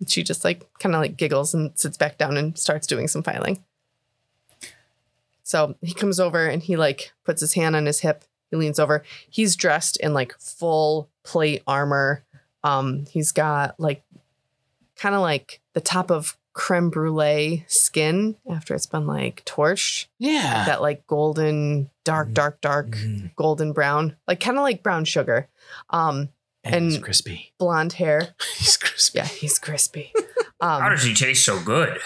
Speaker 3: And she just like kind of like giggles and sits back down and starts doing some filing. So he comes over and he like puts his hand on his hip. He leans over. He's dressed in like full plate armor. Um, he's got like kind of like the top of creme brulee skin after it's been like torched.
Speaker 4: Ah.
Speaker 2: Yeah.
Speaker 3: That like golden, dark, dark, dark,
Speaker 4: Mm-hmm.
Speaker 7: Mm,
Speaker 3: golden brown, like kind of like brown sugar. Um,
Speaker 7: and, it's
Speaker 3: And-
Speaker 7: crispy.
Speaker 3: blonde hair.
Speaker 4: He's crispy.
Speaker 3: Yeah, he's crispy.
Speaker 6: How
Speaker 3: Um,
Speaker 6: does he taste so good?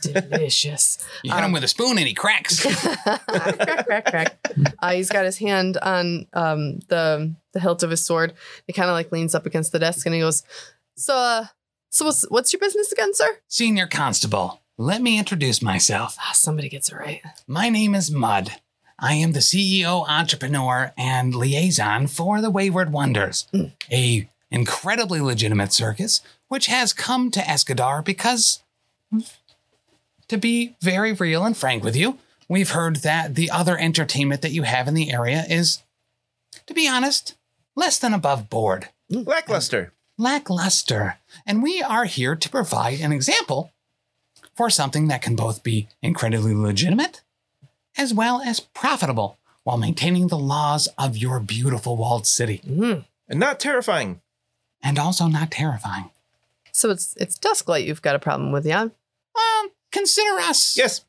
Speaker 3: delicious.
Speaker 2: You hit him with a spoon and he cracks.
Speaker 3: crack, crack, crack. Uh, he's got his hand on um, the the hilt of his sword. He kind of like leans up against the desk and he goes, "So, uh, so what's what's your business again, sir?"
Speaker 2: Senior Constable, let me introduce myself.
Speaker 3: Ah, somebody gets it right.
Speaker 2: My name is Mud. I am the CEO, entrepreneur, and liaison for the Wayward Wonders, a incredibly legitimate circus which has come to Escadar because, to be very real and frank with you, we've heard that the other entertainment that you have in the area is, to be honest, less than above board
Speaker 4: Lackluster.
Speaker 2: lackluster, and we are here to provide an example for something that can both be incredibly legitimate as well as profitable while maintaining the laws of your beautiful walled city
Speaker 4: And not terrifying.
Speaker 2: and also not terrifying.
Speaker 3: So it's it's dusklight you've got a problem with, yeah?
Speaker 2: Um, consider us.
Speaker 4: Yes.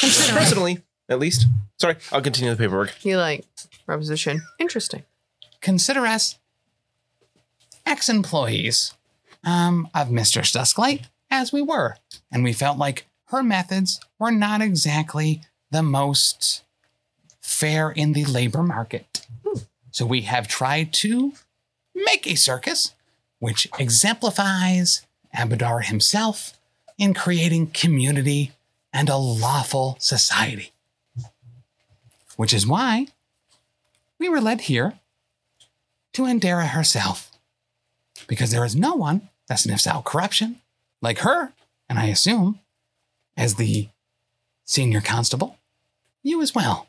Speaker 4: Personally, at least. Sorry, I'll continue the paperwork.
Speaker 3: He like rubs his shin. Interesting.
Speaker 2: Consider us ex-employees um, of Mistress Dusklight as we were, and we felt like her methods were not exactly the most fair in the labor market. So we have tried to make a circus which exemplifies Abadar himself in creating community and a lawful society. Which is why we were led here to Andera herself. Because there is no one that sniffs out corruption like her, and I assume, as the senior constable, you as well.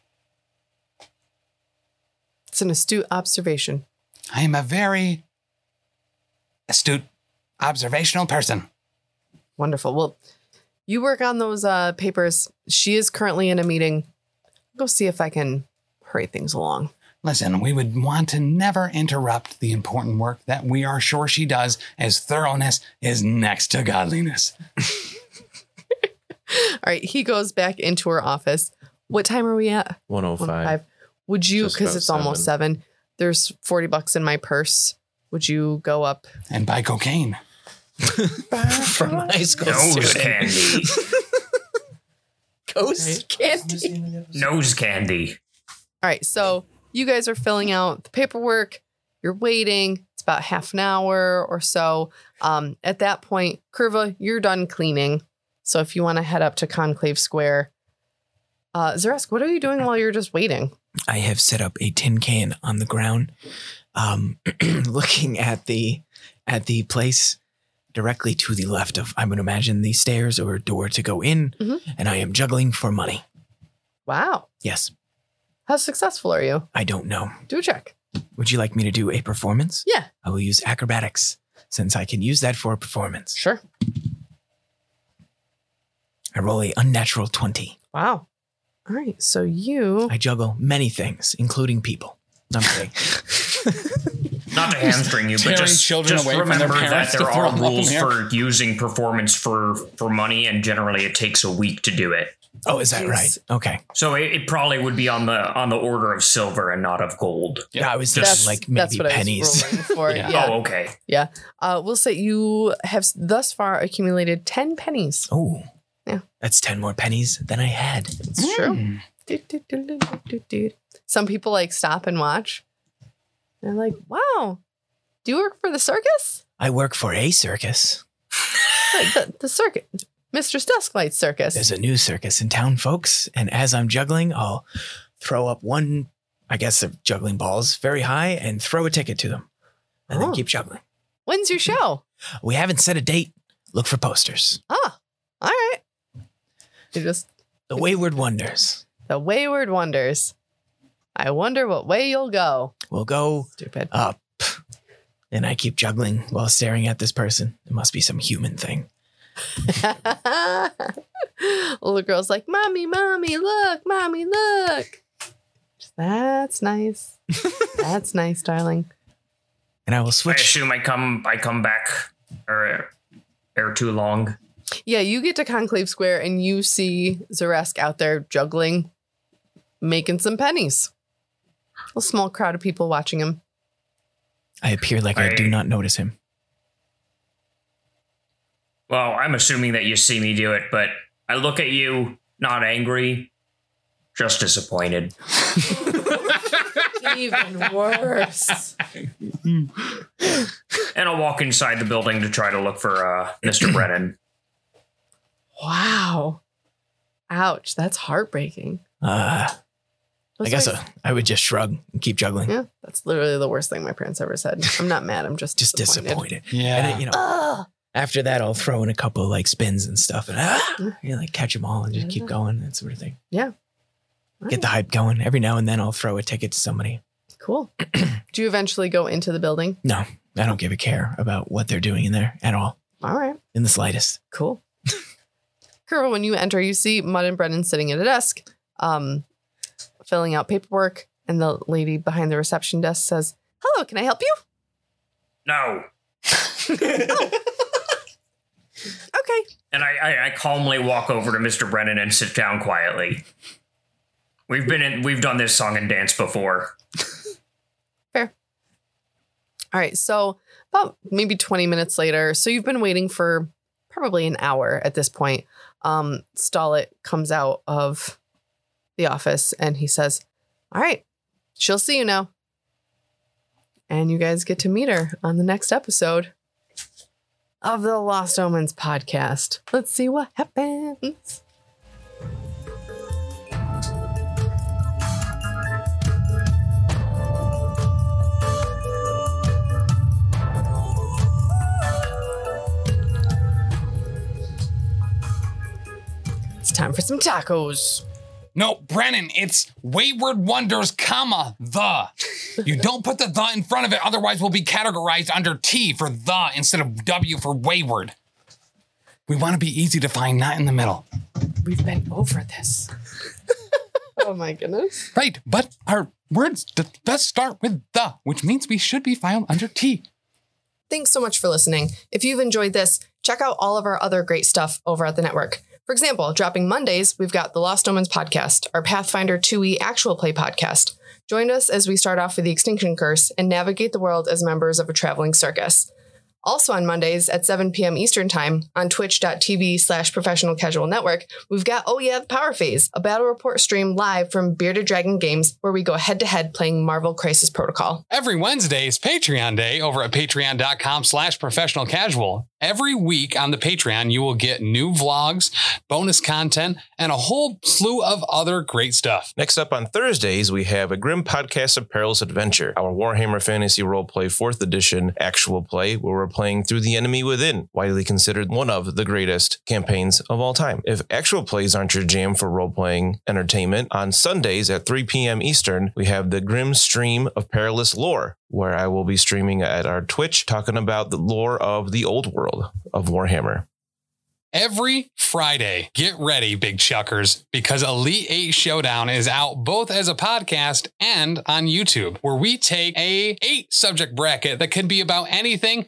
Speaker 3: It's an astute observation.
Speaker 2: I am a very astute, observational person.
Speaker 3: Wonderful. Well, you work on those uh, papers. She is currently in a meeting. Go see if I can hurry things along.
Speaker 2: Listen, we would want to never interrupt the important work that we are sure she does, as thoroughness is next to godliness.
Speaker 3: All right. He goes back into her office. What time are we at?
Speaker 4: 105.
Speaker 3: Would you,
Speaker 4: Just
Speaker 3: because
Speaker 4: about
Speaker 3: it's almost seven, there's 40 bucks in my purse. Would you go up?
Speaker 2: And by cocaine.
Speaker 7: From high school
Speaker 6: Nose
Speaker 7: student.
Speaker 6: candy.
Speaker 7: Ghost
Speaker 3: Candy.
Speaker 6: Nose candy.
Speaker 3: All right. So you guys are filling out the paperwork. You're waiting. It's about half an hour or so. Um, at that point, Curva, you're done cleaning. So if you want to head up to Conclave Square, Uh, Zeresk, what are you doing while you're just waiting?
Speaker 7: I have set up a tin can on the ground, um, looking at the at the place directly to the left of. I would imagine the stairs or door to go in,
Speaker 3: Mhm.
Speaker 7: and I am juggling for money.
Speaker 3: Wow.
Speaker 7: Yes,
Speaker 3: How successful are you?
Speaker 7: I don't know.
Speaker 3: Do a check.
Speaker 7: Would you like me to do a performance?
Speaker 3: Yeah.
Speaker 7: I will use acrobatics since I can use that for a performance.
Speaker 3: Sure.
Speaker 7: I roll a unnatural twenty.
Speaker 3: Wow. All right. So you.
Speaker 7: I juggle many things, including people. I'm kidding.
Speaker 6: Not to hamstring you, but
Speaker 2: Tearing
Speaker 6: just,
Speaker 2: children
Speaker 6: just
Speaker 2: away from their
Speaker 6: remember that
Speaker 2: parents
Speaker 6: there
Speaker 2: to throw
Speaker 6: are
Speaker 2: them up in
Speaker 6: rules
Speaker 2: the
Speaker 6: for using performance for for money, and generally it takes a week to do it.
Speaker 7: oh, is that
Speaker 3: Jeez.
Speaker 7: right? Okay.
Speaker 6: So it, it probably would be on the on the order of silver and not of gold.
Speaker 7: Yeah, I was
Speaker 3: That's
Speaker 7: thinking like maybe
Speaker 3: that's what I
Speaker 7: pennies.
Speaker 3: was rolling for. yeah.
Speaker 8: Yeah.
Speaker 6: Oh, okay.
Speaker 3: Uh, we'll say you have s- thus far accumulated ten pennies.
Speaker 7: Oh.
Speaker 3: Yeah.
Speaker 7: That's 10 more pennies than I had.
Speaker 3: It's true. Do, do, do, do, do, do, do. Some people like stop and watch. They're like, "Wow, do you work for the circus?
Speaker 7: I work for a circus.
Speaker 3: Like the, the circuit, Mr. Dusklight Circus."
Speaker 7: There's a new circus in town, folks. And as I'm juggling, I'll throw up one, I guess, of juggling balls very high and throw a ticket to them and
Speaker 3: Oh.
Speaker 7: then keep juggling.
Speaker 3: When's your show?
Speaker 7: We haven't set a date. Look for posters.
Speaker 3: Ah, all right. They're just
Speaker 7: The Wayward Wonders.
Speaker 3: the wayward wonders. I wonder what way you'll go.
Speaker 7: We'll go
Speaker 3: Stupid.
Speaker 7: up. And I keep juggling while staring at this person. It must be some human thing.
Speaker 3: Little girl's like, Mommy, Mommy, look, Mommy, look. That's nice. That's nice, darling.
Speaker 7: And I will
Speaker 6: I
Speaker 7: switch.
Speaker 6: assume I come I come back or or too long.
Speaker 3: Yeah, you get to Conclave Square and you see Zaresk out there juggling, making some pennies. A small crowd of people watching him.
Speaker 7: I appear like I do
Speaker 6: I-
Speaker 7: not notice him.
Speaker 6: Well, I'm assuming that you see me do it, but I look at you not angry, just disappointed.
Speaker 3: Even worse.
Speaker 6: And I'll walk inside the building to try to look for uh, Mr. Brennan.
Speaker 3: Wow. Ouch. That's heartbreaking.
Speaker 7: Uh, I
Speaker 3: Those
Speaker 7: guess
Speaker 3: are-
Speaker 7: uh, I would just shrug and keep juggling.
Speaker 3: Yeah, that's literally the worst thing my parents ever said. I'm not mad. I'm just
Speaker 7: Just disappointed. And
Speaker 2: Yeah.
Speaker 7: then, you know,
Speaker 3: Ugh.
Speaker 7: after that, I'll throw in a couple like spins and stuff, and ah, you know, like catch them all and just keep
Speaker 3: Yeah.
Speaker 7: going, that sort of thing. Get
Speaker 3: Alright,
Speaker 7: the hype going. Every now and then, I'll throw a ticket to somebody.
Speaker 3: cool. Do you eventually go into the building?
Speaker 7: I don't give a care about what they're doing in there at all,
Speaker 3: All right,
Speaker 7: in the slightest.
Speaker 3: cool. Carol, when you enter, you see Mud and Brennan sitting at a desk, um, filling out paperwork, and the lady behind the reception desk says, "Hello, can I help you?"
Speaker 6: No.
Speaker 3: Okay.
Speaker 6: And I, I, I calmly walk over to Mr. Brennan and sit down quietly. We've been in, we've done this song and dance before.
Speaker 3: All right. So about maybe 20 minutes later, so you've been waiting for probably an hour at this point. Um, Stollett comes out of the office and he says, All right, she'll see you now. And you guys get to meet her on the next episode of the Lost Omens podcast. Let's see what happens. It's time for some tacos.
Speaker 2: No, Brennan, it's Wayward Wonders, comma, the. You don't put the the in front of it, otherwise we'll be categorized under T for the instead of W for wayward. We want to be easy to find, not in the middle.
Speaker 3: We've been over this. oh my goodness.
Speaker 2: Right, but our words d- does start with the, which means we should be filed under T.
Speaker 3: Thanks so much for listening. If you've enjoyed this, check out all of our other great stuff over at the network. For example, dropping Mondays, we've got the Lost Omens podcast, our Pathfinder 2e actual play podcast. Join us as we start off with the Extinction Curse and navigate the world as members of a traveling circus. Also on Mondays at 7 p.m. Eastern Time on twitch.tv slash professional casual network, we've got Oh Yeah, the Power Phase, a battle report stream live from Bearded Dragon Games where we go head to head playing Marvel Crisis Protocol.
Speaker 8: Every Wednesday is Patreon Day over at patreon.com slash professional casual.
Speaker 2: Every week on the Patreon, you will get new vlogs, bonus content, and a whole slew of other great stuff.
Speaker 4: Next up on Thursdays, we have a Grim Podcast of Perilous Adventure, our Warhammer Fantasy Roleplay 4th Edition actual play, where we're playing through The Enemy Within, widely considered one of the greatest campaigns of all time. If actual plays aren't your jam for role-playing entertainment, on Sundays at 3 p.m. Eastern, we have the Grim Stream of Perilous Lore, where I will be streaming at our Twitch talking about the lore of the old world of Warhammer.
Speaker 2: Every Friday, get ready, big chuckers, because Elite 8 Showdown is out both as a podcast and on YouTube, where we take a eight subject bracket that can be about anything